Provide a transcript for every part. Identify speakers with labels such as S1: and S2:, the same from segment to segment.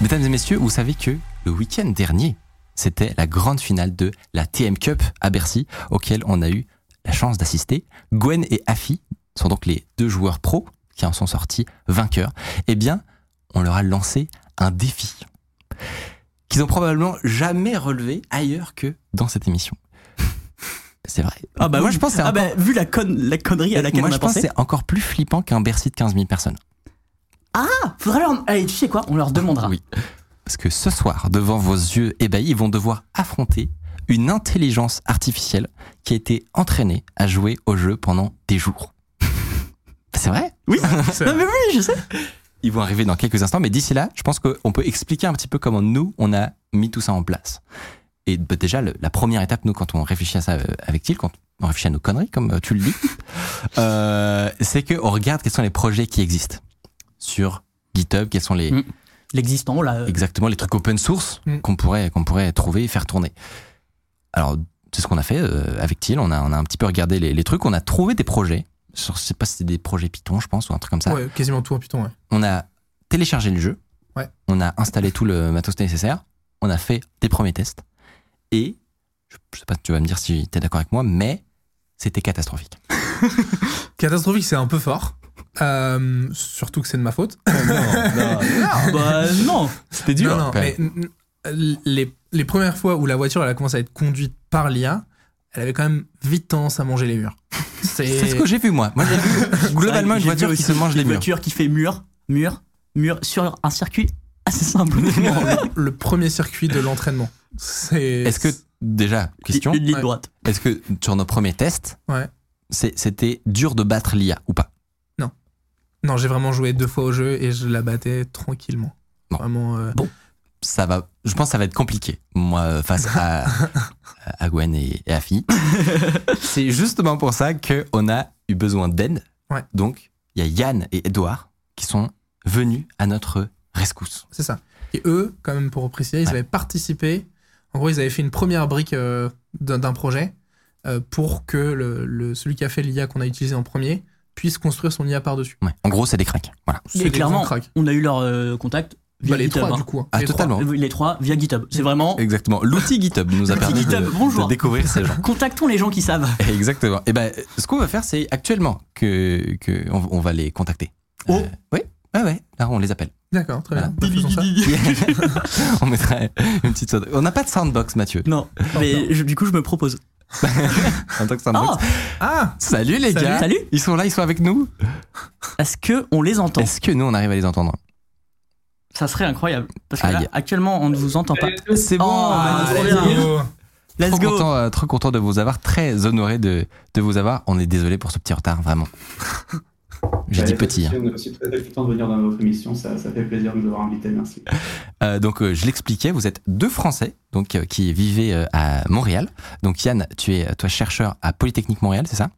S1: Mesdames et messieurs, vous savez que le week-end dernier, c'était la grande finale de la TM Cup à Bercy, auquel on a eu la chance d'assister. Gwen et Afi sont donc les deux joueurs pros qui en sont sortis vainqueurs. Eh bien, on leur a lancé un défi qu'ils ont probablement jamais relevé ailleurs que dans cette émission. C'est vrai.
S2: Ah bah
S1: moi,
S2: oui.
S1: je pense que c'est
S2: Ah
S1: encore-
S2: bah, vu la, conne- la connerie à laquelle
S1: moi,
S2: on
S1: je
S2: a
S1: pense que
S2: pensé.
S1: c'est encore plus flippant qu'un Bercy de 15 000 personnes.
S2: Ah, faudrait leur. Allez, tu sais quoi On leur demandera.
S1: Oui. Parce que ce soir, devant vos yeux ébahis, ils vont devoir affronter une intelligence artificielle qui a été entraînée à jouer au jeu pendant des jours. C'est vrai
S2: Oui. non mais oui, je sais.
S1: Ils vont arriver dans quelques instants, mais d'ici là, je pense qu'on peut expliquer un petit peu comment nous, on a mis tout ça en place. Et bah, déjà, le- la première étape, nous, quand on réfléchit à ça euh, avec Thiel, quand on réfléchit à nos conneries, comme euh, tu le dis, euh, c'est qu'on regarde quels sont les projets qui existent sur GitHub, quels sont les,
S2: Mm. L'existant là. euh,
S1: Exactement, les trucs open source
S3: Mm.
S1: qu'on pourrait, qu'on pourrait trouver et faire tourner. Alors, c'est ce qu'on a fait euh, avec Thiel. On a, on a un petit peu regardé les, les trucs. On a trouvé des projets. Je sais pas si c'était des projets Python, je pense, ou un truc comme ça.
S3: Ouais, quasiment tout en Python, ouais.
S1: On a téléchargé le jeu.
S3: Ouais.
S1: On a installé tout le matos nécessaire. On a fait des premiers tests. Et, je, je sais pas, tu vas me dire si tu es d'accord avec moi, mais c'était catastrophique.
S3: Catastrophique, c'est un peu fort. Euh, surtout que c'est de ma faute.
S2: bah non.
S1: C'était dur.
S3: Non, non,
S1: quand même.
S3: mais n- n- les, les premières fois où la voiture elle a commencé à être conduite par l'IA, elle avait quand même vite tendance à manger les murs.
S1: C'est ce que j'ai vu, moi. Moi, j'ai vu globalement une
S2: J'ai vu
S1: voiture qui
S2: aussi
S1: se mange les
S2: Une
S1: murs.
S2: voiture qui fait mur, mur, mur sur un circuit assez simple.
S3: le premier circuit de l'entraînement. C'est-
S1: Est-ce que, déjà, question
S2: Une ligne
S3: Ouais.
S2: droite.
S1: Est-ce que sur nos premiers tests,
S3: Ouais.
S1: c'est- c'était dur de battre l'IA ou pas
S3: Non, j'ai vraiment joué deux fois au jeu et je la battais tranquillement.
S1: Bon.
S3: Vraiment. euh,
S1: Ça va, je pense que ça va être compliqué, moi, euh, face à, à Gwen et, et à Fi. c'est justement pour ça qu'on a eu besoin d'aide.
S3: Ouais.
S1: Donc, il y a Yann et Edouard qui sont venus à notre rescousse.
S3: C'est ça. Et eux, quand même, pour préciser, ils
S1: Ouais.
S3: avaient participé. En gros, ils avaient fait une première brique euh, d'un d'un projet euh, pour que le, le- celui qui a fait l'IA qu'on a utilisé en premier puisse construire son IA par-dessus.
S1: Ouais. En gros, c'est des cracks. Voilà.
S3: C'est
S2: Et
S3: des
S2: clairement,
S3: grands cracks.
S2: on a eu leur euh, contact via
S3: Bah, les
S2: GitHub.
S3: trois,
S2: hein.
S3: du coup. hein.
S1: Ah,
S3: Les
S1: totalement.
S2: Euh, Les trois via GitHub. C'est vraiment.
S1: Exactement. L'outil GitHub nous a
S2: L'outil
S1: permis de,
S2: GitHub, bonjour.
S1: de découvrir ces gens.
S2: Contactons les gens qui savent.
S1: Exactement. Et ben, ce qu'on va faire, c'est actuellement que, que on, on va les contacter.
S2: Oh.
S1: oui. Ah ouais. Là, on les appelle.
S3: D'accord, très
S1: Voilà.
S2: Ah.
S3: bien. Bah, faisons ça.
S1: on mettra une petite sound- On n'a pas de soundbox, Mathieu.
S2: Non, mais je- du coup, je me propose.
S1: En tant que soundbox.
S2: Oh,
S3: Ah
S1: Salut les
S3: Salut.
S1: gars.
S2: salut.
S1: Ils sont là, ils sont avec nous.
S2: Est-ce que on les entend
S1: Est-ce que nous on arrive à les entendre
S2: Ça serait incroyable. Parce que là,
S1: Aïe.
S2: actuellement, on ne vous entend pas.
S1: C'est bon.
S2: Oh,
S1: on est
S3: bah,
S2: trop
S1: trop
S2: bien.
S1: bien.
S2: Let's
S1: Trop
S2: go.
S1: content, euh, trop content de vous avoir, très honoré de, de vous avoir. On est désolé pour ce petit retard, vraiment. J'ai dit
S4: J'avais
S1: petit. hein.
S4: On est aussi très content de venir dans notre émission, ça, ça fait plaisir de nous avoir invités, merci.
S1: Euh, donc euh, je l'expliquais, vous êtes deux Français donc euh, qui vivez euh, à Montréal. Donc Yann, tu es euh, toi chercheur à Polytechnique Montréal, c'est ça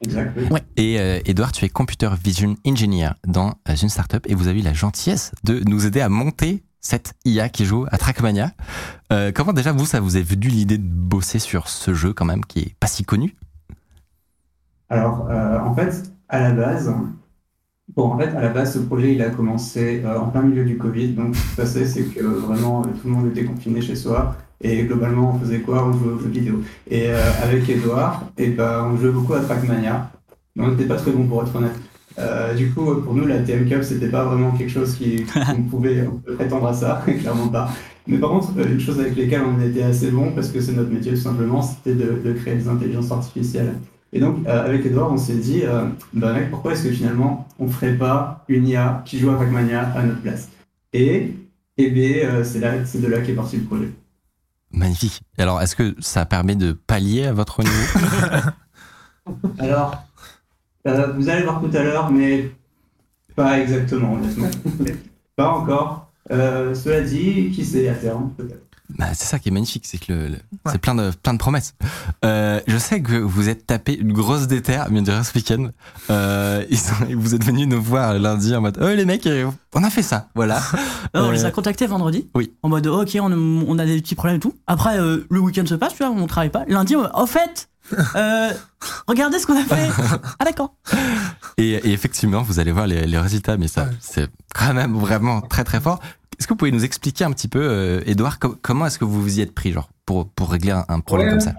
S4: Exact, oui.
S1: Et euh, Edouard, tu es computer vision engineer dans euh, une startup et vous avez eu la gentillesse de nous aider à monter cette IA qui joue à Trackmania. Euh, comment déjà vous, ça vous est venu l'idée de bosser sur ce jeu quand même qui est pas si connu
S4: Alors, euh, en fait, à la base, bon, en fait, à la base, ce projet, il a commencé euh, en plein milieu du Covid. Donc, ce qui se passait, c'est que euh, vraiment, euh, tout le monde était confiné chez soi. Et globalement, on faisait quoi? On jouait aux jeux vidéo. Et euh, avec Edouard, et ben, on jouait beaucoup à Trackmania. Mais on n'était pas très bon pour être honnête. Euh, du coup, pour nous, la TM Cup, c'était pas vraiment quelque chose qui, qu'on pouvait on peut prétendre à ça, clairement pas. Mais par contre, euh, une chose avec lesquelles on était assez bon, parce que c'est notre métier tout simplement, c'était de- de créer des intelligences artificielles. Et donc, euh, avec Edouard, on s'est dit, euh, bah, mec, pourquoi est-ce que finalement, on ne ferait pas une IA qui joue à Pac-Mania à notre place Et, et bien, euh, c'est là- c'est de là qu'est parti le projet.
S1: Magnifique. Alors est-ce que ça permet de pallier à votre niveau
S4: Alors, Euh, vous allez voir tout à l'heure, mais pas exactement, honnêtement. pas encore. Euh, cela dit, qui sait à terme, peut-être.
S1: Bah, c'est ça qui est magnifique, c'est que le, le-
S3: Ouais.
S1: c'est plein de plein de promesses. Euh, je sais que vous êtes tapé une grosse déterre, bien dire ce week-end. Euh, ils sont- vous êtes venus nous voir lundi en mode, oh les mecs, euh, on a fait ça, voilà.
S2: Euh, on
S1: Euh,
S2: les a contactés vendredi.
S1: oui.
S2: En mode, ok, on, on a des petits problèmes et tout. Après, euh, le week-end se passe, tu vois, on travaille pas. Lundi, on- au fait, euh, regardez ce qu'on a fait. Ah, d'accord.
S1: Et, et effectivement, vous allez voir les, les résultats, mais ça,
S3: Ouais.
S1: c'est quand même vraiment très très fort. Est-ce que vous pouvez nous expliquer un petit peu, euh, Edouard, com- comment est-ce que vous vous y êtes pris, genre, pour, pour régler un, un problème
S5: Ouais.
S1: comme ça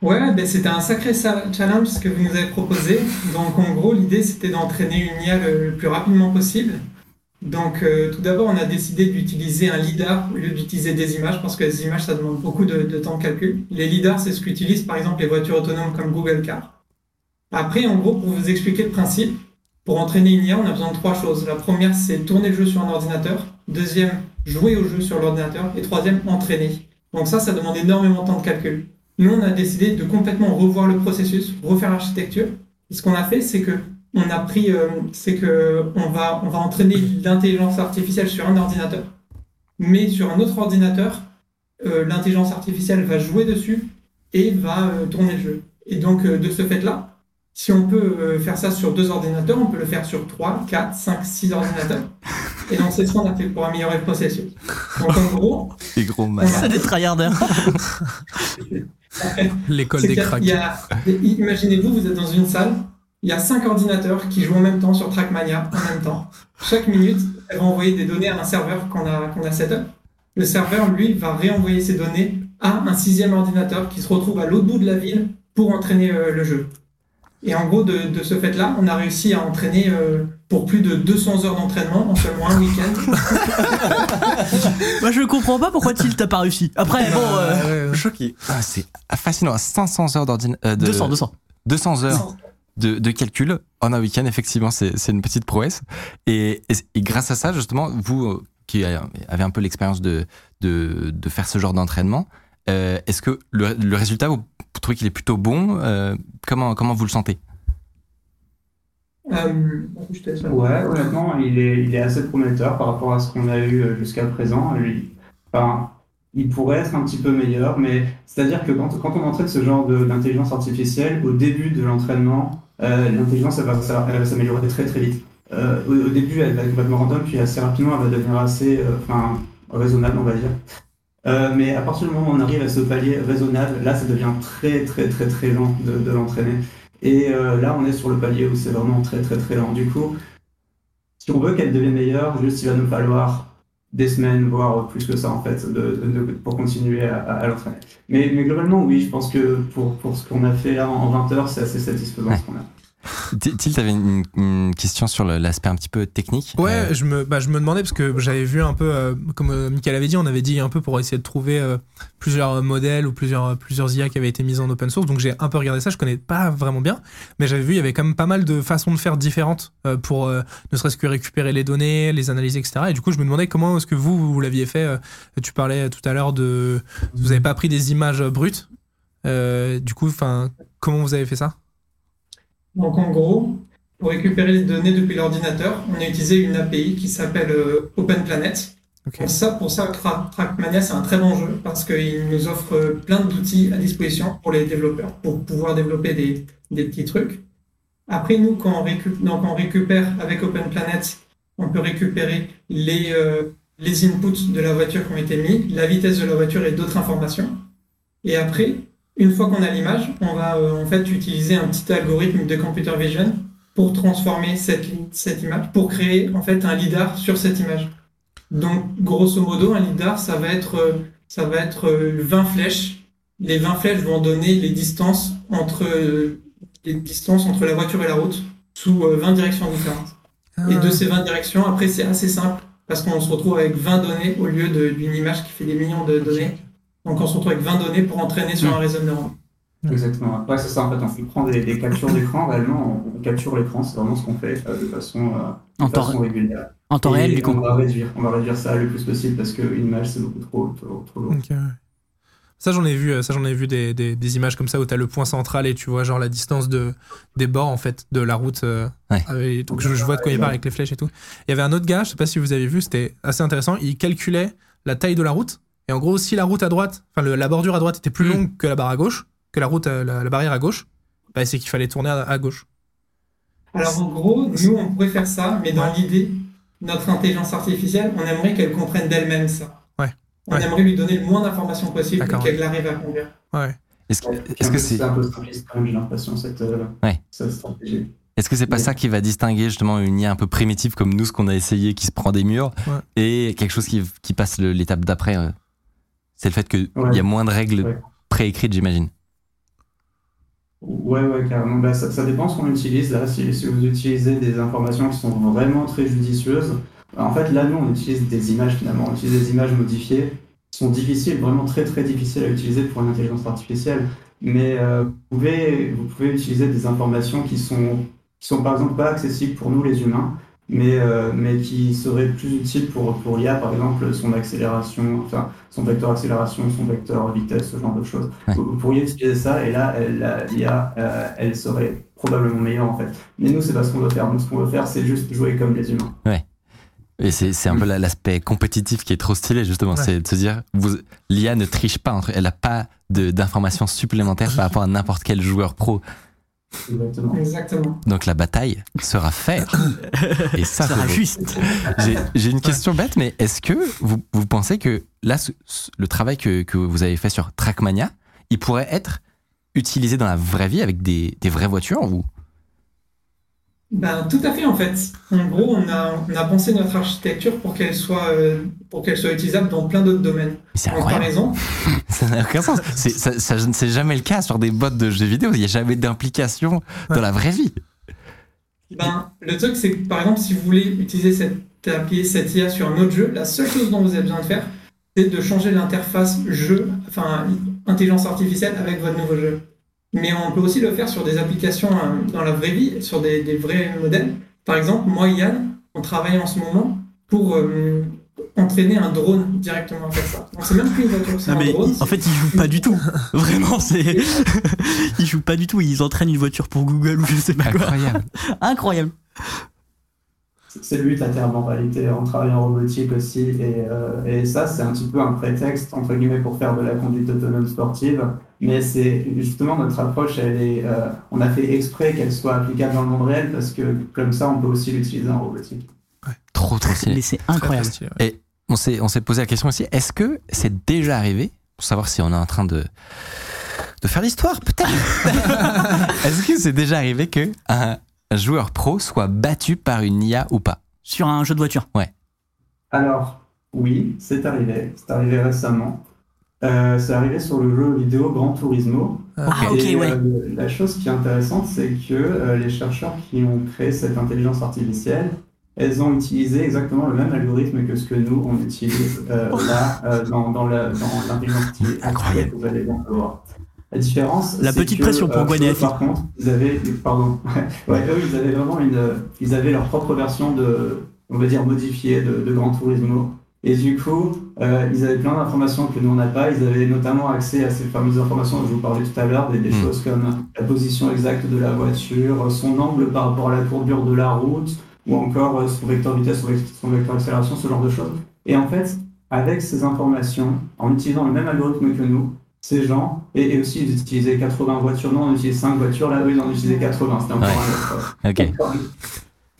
S5: Ouais, ben c'était un sacré sa- challenge ce que vous nous avez proposé. Donc en gros, l'idée c'était d'entraîner une IA le, le plus rapidement possible. Donc euh, tout d'abord, on a décidé d'utiliser un LIDAR au lieu d'utiliser des images parce que les images ça demande beaucoup de, de temps de calcul. Les LIDARs, c'est ce qu'utilisent par exemple les voitures autonomes comme Google Car. Après, en gros, pour vous expliquer le principe, pour entraîner une IA, on a besoin de trois choses. La première, c'est tourner le jeu sur un ordinateur. Deuxième, jouer au jeu sur l'ordinateur. Et troisième, entraîner. Donc ça, ça demande énormément de temps de calcul. Nous, on a décidé de complètement revoir le processus, refaire l'architecture. Et Ce qu'on a fait, c'est que on a pris, euh, c'est que on va, on va entraîner l'intelligence artificielle sur un ordinateur, mais sur un autre ordinateur, euh, l'intelligence artificielle va jouer dessus et va euh, tourner le jeu. Et donc, euh, de ce fait-là, si on peut euh, faire ça sur deux ordinateurs, on peut le faire sur trois, quatre, cinq, six ordinateurs. Et donc, c'est ce qu'on a fait pour améliorer le processus. Donc, en gros,
S1: Les gros malades.
S2: C'est des tryharders.
S3: L'école
S5: C'est
S3: des
S5: qu'il y a-
S3: cracks.
S5: il y a- Imaginez-vous, vous êtes dans une salle, il y a cinq ordinateurs qui jouent en même temps sur Trackmania, en même temps. Chaque minute, elles vont envoyer des données à un serveur qu'on a, qu'on a setup. Le serveur, lui, va réenvoyer ces données à un sixième ordinateur qui se retrouve à l'autre bout de la ville pour entraîner euh, le jeu. Et en gros, de, de ce fait-là, on a réussi à entraîner euh, pour plus de 200 heures d'entraînement en seulement un week-end.
S2: Moi, je comprends pas pourquoi Tilt t'as pas réussi. Après, bon, euh,
S3: Ouais, ouais.
S1: Choqué. Ah, c'est fascinant. 500 heures euh, d'ordinateur.
S2: 200, 200.
S1: 200 heures de, de calcul en un week-end, effectivement, c'est c'est une petite prouesse. Et, et- et grâce à ça, justement, vous euh, qui euh, avez un peu l'expérience de, de, de faire ce genre d'entraînement, euh, est-ce que le, le résultat, vous trouvez qu'il est plutôt bon Euh, comment, comment vous le sentez
S5: Euh, je te laisse la
S4: Ouais, honnêtement, il est, il est assez prometteur par rapport à ce qu'on a eu euh, jusqu'à présent. Lui, enfin, il pourrait être un petit peu meilleur, mais c'est-à-dire que quand, quand on entraîne ce genre de- d'intelligence artificielle, au début de l'entraînement, euh, l'intelligence elle va, s'a- elle va s'améliorer très très vite. Euh, au, au début, elle va être complètement random, puis assez rapidement, elle va devenir assez euh, enfin, raisonnable, on va dire. Euh, mais à partir du moment où on arrive à ce palier raisonnable, là, ça devient très très très très lent de, de l'entraîner. Et euh, là, on est sur le palier où c'est vraiment très très très lent. Du coup, si on veut qu'elle devienne meilleure, juste il va nous falloir des semaines, voire plus que ça en fait, de- de- de- pour continuer à, à- à l'entraîner. Mais, mais globalement, oui, je pense que pour, pour ce qu'on a fait là en, en 20 heures, c'est assez satisfaisant ce qu'on a.
S1: T- Tilt, tu une, une question sur le- l'aspect un petit peu technique.
S3: Ouais,
S1: Euh,
S3: je, me, bah, je me demandais parce que j'avais vu un peu, euh, comme euh, Michael avait dit, on avait dit un peu pour essayer de trouver euh, plusieurs euh, modèles ou plusieurs, plusieurs IA qui avaient été mises en open source. Donc j'ai un peu regardé ça, je connais pas vraiment bien, mais j'avais vu, il y avait quand même pas mal de façons de faire différentes euh, pour euh, ne serait-ce que récupérer les données, les analyser, etc. Et du coup, je me demandais comment est-ce que vous, vous l'aviez fait. euh, tu parlais tout à l'heure de. Vous avez pas pris des images euh, brutes. Euh, du coup, enfin, comment vous avez fait ça
S5: Donc en gros, pour récupérer les données depuis l'ordinateur, on a utilisé une API qui s'appelle euh, Open Planet.
S3: Ok.
S5: Pour ça, pour ça, Tra- Trackmania, c'est un très bon jeu parce qu'il nous offre euh, plein d'outils à disposition pour les développeurs, pour pouvoir développer des, des petits trucs. Après, nous, quand on, récup- donc, on récupère avec Open Planet, on peut récupérer les, euh, les inputs de la voiture qui ont été mis, la vitesse de la voiture et d'autres informations. Et après, une fois qu'on a l'image, on va euh, en fait utiliser un petit algorithme de computer vision pour transformer cette, cette image, pour créer en fait un lidar sur cette image. Donc grosso modo, un lidar, ça va être, euh, ça va être euh, 20 flèches. Les 20 flèches vont donner les distances entre, euh, les distances entre la voiture et la route sous euh, 20 directions différentes.
S3: Ah
S5: Et de ces 20 directions, après, c'est assez simple parce qu'on se retrouve avec 20 données au lieu de- d'une image qui fait des millions de données. Donc, on se retrouve avec 20 données pour entraîner sur un réseau de neurones.
S3: Ouais.
S4: Exactement. Ouais, c'est ça en fait, on prend des, des captures d'écran, réellement, on, on capture l'écran, c'est vraiment ce qu'on fait euh, de façon, euh,
S2: En
S4: de
S2: temps,
S4: façon régulière.
S2: en temps
S4: Et
S2: réel, du
S4: on
S2: coup.
S4: va, réduire, on va réduire ça le plus possible parce qu'une image, c'est beaucoup trop, trop, trop lourd.
S3: Ok, ouais. Ça, j'en ai vu, euh, ça, j'en ai vu des, des, des images comme ça où t'as le point central et tu vois genre la distance de, des bords en fait de la route. euh,
S1: Ouais.
S3: avec- donc je, je vois de quoi il parle avec les flèches et tout. Il y avait un autre gars, je sais pas si vous avez vu, c'était assez intéressant. Il calculait la taille de la route et en gros si la route à droite, enfin le- la bordure à droite était plus
S5: Mm.
S3: longue que la barre à gauche, que la route, euh, la, la barrière à gauche, bah, c'est qu'il fallait tourner à, à gauche.
S5: Alors en gros, nous, on pourrait faire ça, mais dans l'idée, notre intelligence artificielle, on aimerait qu'elle comprenne d'elle-même ça.
S3: Ouais.
S5: On
S3: Ouais.
S5: aimerait lui donner le moins d'informations possible
S3: D'accord,
S5: pour qu'elle arrive à conduire.
S3: Ouais.
S1: Est-ce que
S4: Ouais,
S1: est-ce que c'est
S4: c'est un peu simpliste quand même, j'ai l'impression, cette, euh,
S1: Ouais.
S4: cette stratégie.
S1: Est-ce que c'est pas ça qui va distinguer justement une IA un peu primitive comme nous, ce qu'on a essayé, qui se prend des murs,
S3: Ouais.
S1: et quelque chose qui, qui passe le- l'étape d'après euh, C'est le fait qu'il
S4: Ouais.
S1: y a moins de règles
S4: Ouais.
S1: préécrites, j'imagine.
S4: Ouais, ouais, carrément. Bah, ça, ça dépend ce qu'on utilise là. Si, si vous utilisez des informations qui sont vraiment très judicieuses, bah, en fait, là, nous, on utilise des images finalement. On utilise des images modifiées qui sont difficiles, vraiment très très difficiles à utiliser pour une intelligence artificielle. Mais euh, vous pouvez, vous pouvez utiliser des informations qui sont, qui sont par exemple pas accessibles pour nous les humains, mais, euh, mais qui seraient plus utiles pour, pour l'IA, par exemple son accélération, enfin son vecteur accélération, son vecteur vitesse, ce genre de choses vous vous pourriez utiliser ça et là elle- la- l'IA euh, elle serait probablement meilleure en fait mais nous c'est pas ce qu'on veut faire nous ce qu'on veut faire c'est juste jouer comme les humains
S1: Et c'est c'est un peu la- l'aspect compétitif qui est trop stylé, justement.
S3: Ouais.
S1: C'est de se dire, vous- l'IA ne triche pas, entre, elle n'a pas de- d'informations supplémentaires par rapport à n'importe quel joueur pro.
S4: exactement
S5: Exactement.
S1: Donc la bataille sera faire. Et ça,
S2: Ça
S1: c'est beau.
S2: juste.
S1: J'ai- J'ai une question bête, mais est-ce que vous, vous pensez que là, ce- ce- le travail que, que vous avez fait sur Trackmania, il pourrait être utilisé dans la vraie vie avec des, des vraies voitures ou
S5: Ben, tout à fait, en fait. En gros, on a, on a pensé notre architecture pour qu'elle soit, euh, pour qu'elle soit utilisable dans plein d'autres domaines.
S1: C'est
S5: Donc, par
S1: incroyable.
S5: exemple,
S1: Ça n'a aucun sens. C'est- Ça, ça- c'est jamais le cas sur des bots de jeux vidéo. Il n'y a jamais d'implication dans
S3: Ouais.
S1: la vraie vie.
S5: ben, le truc, c'est que par exemple, si vous voulez utiliser cette appli, cette IA sur un autre jeu, la seule chose dont vous avez besoin de faire, c'est de changer l'interface jeu, enfin, intelligence artificielle avec votre nouveau jeu. Mais on peut aussi le faire sur des applications euh, dans la vraie vie, sur des, des vrais modèles. Par exemple, moi et Yann, on travaille en ce moment pour euh, entraîner un drone directement à faire ça. On sait même plus une voiture, c'est
S2: Non,
S5: un
S2: mais
S5: drone.
S2: en fait, ils jouent pas du tout. Vraiment, c'est. Ils jouent pas du tout. Ils entraînent une voiture pour Google ou je sais pas quoi.
S1: Incroyable.
S2: Incroyable.
S4: C'est- c'est le but la terre en réalité on travaille en robotique aussi et, euh, et ça c'est un petit peu un prétexte entre guillemets pour faire de la conduite autonome sportive mais c'est justement notre approche elle est euh, on a fait exprès qu'elle soit applicable dans le monde réel parce que comme ça on peut aussi l'utiliser en robotique
S1: Trop, trop stylé.
S2: Mais c'est
S3: Très, très
S2: incroyable.
S3: stylé, ouais.
S1: On s'est, on s'est posé la question aussi, est-ce que c'est déjà arrivé Pour savoir si on est en train de, de faire l'histoire, peut-être. est-ce que c'est déjà arrivé que un joueur pro soit battu par une IA ou pas
S2: Sur un jeu de voiture.
S4: Alors, oui, c'est arrivé. C'est arrivé récemment. Euh, c'est arrivé sur le jeu vidéo Gran Turismo.
S2: Ah, ok,
S4: Et,
S2: ouais.
S4: euh, la chose qui est intéressante, c'est que euh, les chercheurs qui ont créé cette intelligence artificielle, elles ont utilisé exactement le même algorithme que ce que nous, on utilise euh, là, euh, dans, dans la- dans l'intelligence artificielle
S2: Incroyable.
S4: que vous allez bientôt voir. La différence,
S2: La
S4: c'est
S2: petite
S4: que,
S2: pression pour
S4: euh,
S2: Gwen et
S4: eux,
S2: Effie.
S4: Par contre, ils avaient, pardon, ouais, eux, ils avaient vraiment une, ils avaient leur propre version de, on va dire, modifiée de, de Gran Turismo. Et du coup, euh, ils avaient plein d'informations que nous on n'a pas. Ils avaient notamment accès à ces fameuses informations dont je vous parlais tout à l'heure, des, des
S2: Hmm.
S1: Mm.
S4: choses comme la position exacte de la voiture, son angle par rapport à la courbure de la route, ou encore euh, son vecteur vitesse, son vec- son vecteur accélération, ce genre de choses. Et en fait, avec ces informations, en utilisant le même algorithme que nous, ces gens, et, et aussi ils utilisaient 80 voitures, non, on utilisait 5 voitures, là, eux, ils en utilisaient 80, c'était encore
S1: Ouais.
S4: un autre. euh,
S1: Ok.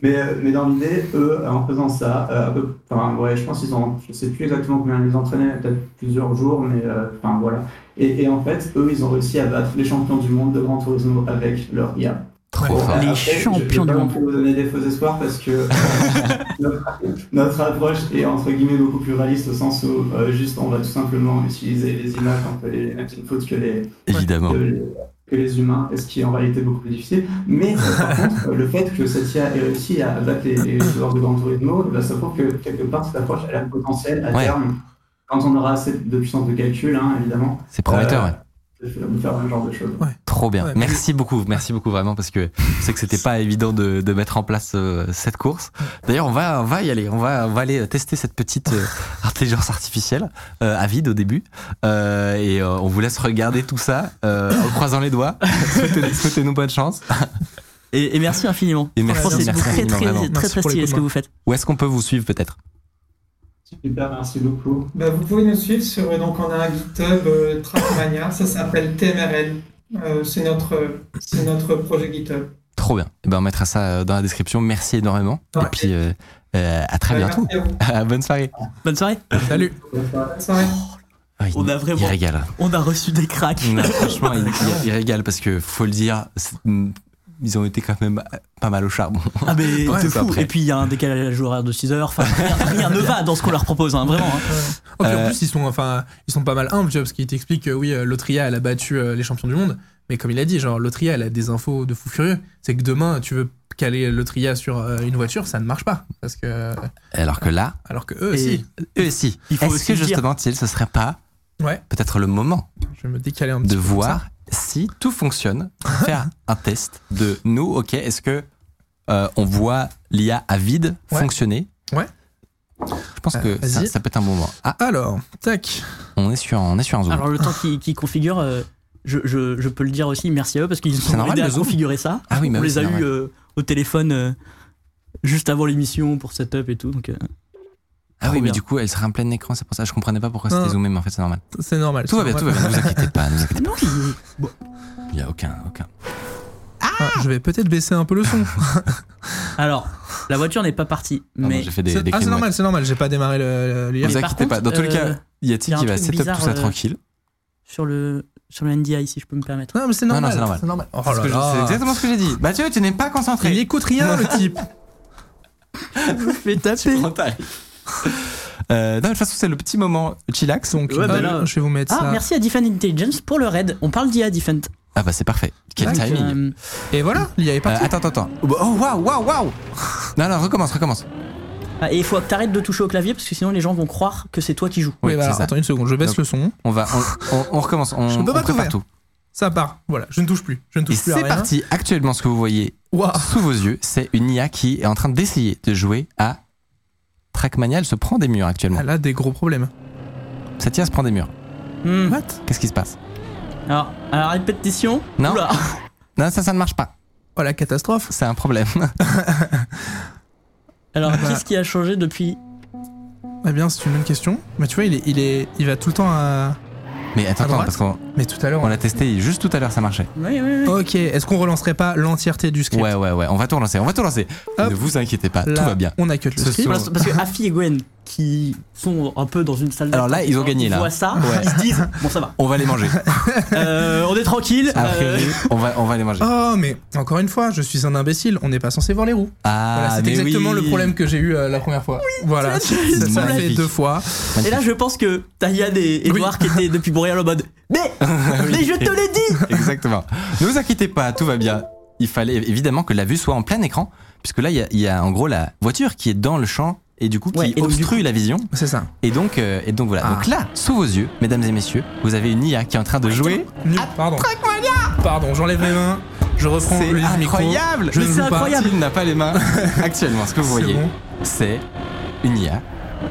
S4: mais, euh, mais dans l'idée, eux, en faisant ça, euh, à peu- enfin, ouais, je pense qu'ils ont, je sais plus exactement combien ils entraînaient, peut-être plusieurs jours, mais euh, enfin voilà. Et, et en fait, eux, ils ont réussi à battre les champions du monde de Grand Turismo avec leur IA.
S1: Trop
S4: Bon,
S1: fort.
S2: Les
S4: je-
S2: champions
S4: je,
S2: du monde.
S4: ne peux pas non plus vous donner des faux espoirs parce que euh, notre, notre approche est entre guillemets beaucoup plus réaliste au sens où euh, juste on va tout simplement utiliser les images un peu les mêmes inputs que les,
S1: Évidemment.
S4: que les, que les humains, et ce qui est en réalité beaucoup plus difficile. Mais euh, par contre, euh, le fait que cette IA ait réussi à battre les, les joueurs de Gran Turismo, eh ben, ça prouve que quelque part, cette approche elle a le potentiel à
S1: Ouais.
S4: terme, quand on aura assez de puissance de calcul, hein, évidemment,
S1: Euh, C'est prometteur, ouais.
S4: de faire ce genre de choses.
S1: Trop bien.
S3: Ouais, mais-
S1: merci beaucoup, merci beaucoup vraiment parce que je sais que c'était pas évident de, de mettre en place euh, cette course. D'ailleurs, on va, on va y aller, on va, on va aller tester cette petite euh, intelligence artificielle euh, avide au début Euh, et euh, on vous laisse regarder tout ça euh, en croisant les doigts. Souhaitez- Souhaitez-nous bonne chance.
S2: Et, et merci infiniment.
S1: Et merci,
S2: Franchement, c'est
S1: merci
S2: très,
S1: infiniment,
S2: très,
S1: vraiment.
S2: très, très,
S3: Merci pour les
S2: stylé ce que
S3: communs.
S2: vous faites.
S1: Où est-ce qu'on peut vous suivre peut-être
S4: Super, merci beaucoup.
S5: Bah, vous pouvez nous suivre sur, donc on a un GitHub euh, Trackmania, ça s'appelle TMRL. Euh, c'est notre, c'est notre projet GitHub.
S1: Trop bien. Et ben on mettra ça euh, dans la description. Merci énormément.
S3: Ouais.
S1: Et puis euh, euh, à très
S5: Ouais,
S1: bientôt.
S5: Bah, merci à vous.
S1: bonne soirée.
S2: Bonne soirée.
S3: Salut.
S5: Bonne soirée.
S1: Ah, il-
S2: On a vraiment-
S1: Il régale.
S2: On a reçu des cracks.
S1: Non, franchement, ils, ils- ils régalent parce que faut le dire, c'est- mm, ils ont été quand même euh, pas mal au charbon.
S2: Ah mais
S1: Ouais,
S2: de
S1: c'est
S2: fou.
S1: après.
S2: Et puis il y a un décalage horaire de 6 heures. Enfin, rien, rien ne va dans ce qu'on leur propose, hein, vraiment. hein.
S3: Oh, puis
S1: Euh,
S3: En plus, ils sont, enfin, ils sont pas mal humbles, tu vois, parce qu'ils t'expliquent que oui, euh, l'Autria, elle a battu euh, les champions du monde. Mais comme il a dit, genre, l'Autria, elle a des infos de fou furieux. C'est que demain, tu veux caler l'Autria sur euh, une voiture, ça ne marche pas. Parce que.
S1: Alors que là,
S3: Alors que eux
S2: Et-
S3: aussi.
S1: eux aussi.
S2: Il faut
S1: Est-ce
S2: aussi
S1: que
S2: le dire.
S1: justement, Thiel, ce serait pas
S3: Ouais,
S1: peut-être le moment
S3: je vais me décaler un petit
S1: de
S3: peu. comme ça.
S1: voir si tout fonctionne, faire un test de nous, ok, est-ce que euh, on voit l'IA à vide
S3: Ouais.
S1: fonctionner
S3: Ouais.
S1: Je pense
S3: Euh,
S1: que ça,
S3: vas-y.
S1: ça peut être un bon moment. Ah,
S3: Alors, tac.
S1: on est sur, on est sur un zoom.
S2: Alors le temps qu'ils qu'ils configurent, euh, je, je- je peux le dire aussi, merci à eux parce qu'ils
S1: C'est
S2: nous ont
S1: normal,
S2: aidé à
S1: le Zoom.
S2: configurer ça.
S1: Ah oui, mais
S2: On
S1: oui,
S2: les
S1: c'est
S2: a eu
S1: normal.
S2: euh, au téléphone euh, juste avant l'émission pour setup et tout. Donc, euh,
S1: ah oui,
S2: trop
S1: mais
S2: bien.
S1: du coup, elle sera en plein écran, c'est pour ça. Je comprenais pas pourquoi c'était
S3: Non.
S1: zoomé, mais en fait, c'est normal.
S3: C'est normal.
S1: Tout va bien,
S3: c'est
S1: tout va bien. Ne
S3: normal.
S1: vous inquiétez pas, ne vous inquiétez
S2: non, ils-
S1: pas. Il y a aucun, aucun.
S3: Ah, je vais peut-être baisser un peu le son.
S2: Alors, la voiture n'est pas partie,
S1: Non, non,
S2: mais
S1: j'ai fait des,
S3: C'est-
S1: des
S3: ah, c'est
S1: crimes.
S3: normal, c'est normal. J'ai pas démarré le- le-
S1: Ne
S3: l'IA.
S2: Mais
S1: vous
S2: par
S1: inquiétez pas.
S2: contre,
S1: Dans tous les
S2: euh,
S1: cas, y
S2: il y
S1: a-t-il
S2: a un
S1: qui va
S2: truc
S1: setup tout
S2: bizarre,
S1: ça
S2: euh,
S1: tranquille
S2: sur le sur le NDI si je peux me permettre.
S3: Non, mais c'est
S1: Non, non,
S3: normal.
S1: c'est normal.
S3: Oh
S1: C'est ce
S3: là
S1: que je-
S3: là.
S1: C'est exactement ce que j'ai dit. Mathieu, tu n'es pas
S3: Il
S1: concentré.
S3: écoute rien, le type.
S2: Mais
S1: Tu prends ta- Euh, non, de toute façon, c'est le petit moment chillax.
S3: Donc,
S2: Ouais, bah
S3: euh,
S2: là-
S3: je vais vous mettre
S2: Ah,
S3: ça.
S2: merci à Different Intelligence pour le raid. On parle d'IA Different.
S1: Ah bah c'est parfait. Quel
S2: Donc,
S1: timing.
S2: euh,
S3: Et voilà, l'IA est
S1: Euh,
S3: partie.
S1: attends, attends, attends. Oh, bah, Oh, waouh, waouh, waouh. Non, non, recommence, recommence.
S2: ah, et il faut que t'arrêtes de toucher au clavier parce que sinon les gens vont croire que c'est toi qui joues.
S3: Oui,
S1: Oui,
S3: bah,
S1: c'est ça.
S3: attends une seconde, je baisse
S1: Donc-
S3: le son.
S1: On va, on, on- on recommence. On,
S3: Je peux pas
S1: on prépare
S3: tout
S1: tout.
S3: Ça part. Voilà, je ne touche plus. Je ne
S1: Et
S3: touche plus à
S1: c'est
S3: rien.
S1: parti. Actuellement, ce que vous voyez
S3: Waouh.
S1: sous vos yeux, c'est une IA qui est en train d'essayer de jouer à Trackmania. Elle se prend des murs actuellement.
S3: Elle a des gros problèmes.
S1: Cette IA se prend des murs.
S2: Hmm.
S1: Qu'est-ce qui se passe
S2: Alors, à la répétition.
S1: Non.
S2: Oula.
S1: Non, ça, ça ne marche pas.
S3: Oh la catastrophe.
S1: C'est un problème.
S2: Alors, qu'est-ce qui a changé depuis
S3: Eh bien, c'est une bonne question. Mais tu vois, il est, il est, il va tout le temps à.
S1: Mais attends,
S3: À
S1: attends,
S3: droite
S1: parce qu'on
S3: Mais tout à l'heure.
S1: on l'a testé juste tout à l'heure, ça marchait.
S2: Oui, oui,
S1: Oh,
S2: oui.
S3: Ok. Est-ce qu'on relancerait pas l'entièreté du script
S1: Ouais, ouais, ouais. On va tout relancer, on va tout relancer.
S3: Hop.
S1: Ne vous inquiétez pas,
S3: Là,
S1: tout va bien.
S3: On a que le
S1: Ce
S3: script.
S1: sont-
S2: Parce, parce que Afi et Gwen, qui sont un peu dans une salle
S1: Alors
S2: d'attente,
S1: là, ils ont gagné,
S2: ils
S1: là.
S2: voient ça, ils se disent bon, ça va.
S1: On va les manger.
S2: Euh, on est tranquille.
S1: A
S2: euh,
S1: priori, on va, on va les manger.
S3: Oh, mais encore une fois, je suis un imbécile. On n'est pas censé voir les roues.
S1: Ah,
S3: voilà, c'est
S1: mais
S3: exactement
S1: oui.
S3: le problème que j'ai eu euh, la première fois. voilà.
S2: c'est vrai,
S3: Ça,
S1: c'est
S3: ça
S1: vrai.
S3: fait deux fois.
S2: Et là, je pense que Tayan et Edouard qui étaient depuis Boréal en mode Mais, mais je te l'ai dit
S1: Exactement. Ne vous inquiétez pas, tout va bien. Il fallait évidemment que la vue soit en plein écran, puisque là, il y a- il y, a en gros la voiture qui est dans le champ et du coup qui
S2: Ouais, et donc, du
S1: obstrue la vision.
S3: C'est ça.
S1: Et donc, euh, et donc voilà.
S3: Ah.
S1: Donc là, sous vos yeux, mesdames et messieurs, vous avez une IA qui est en train de jouer.
S3: Nul. Pardon. Pardon. J'enlève mes mains. Je reprends
S1: C'est
S3: le micro.
S1: incroyable.
S3: Je
S2: Mais
S3: ne
S2: c'est
S3: joue pas.
S2: incroyable.
S1: Il n'a pas les mains actuellement. Ce que vous
S3: C'est
S1: voyez,
S3: bon.
S1: c'est une IA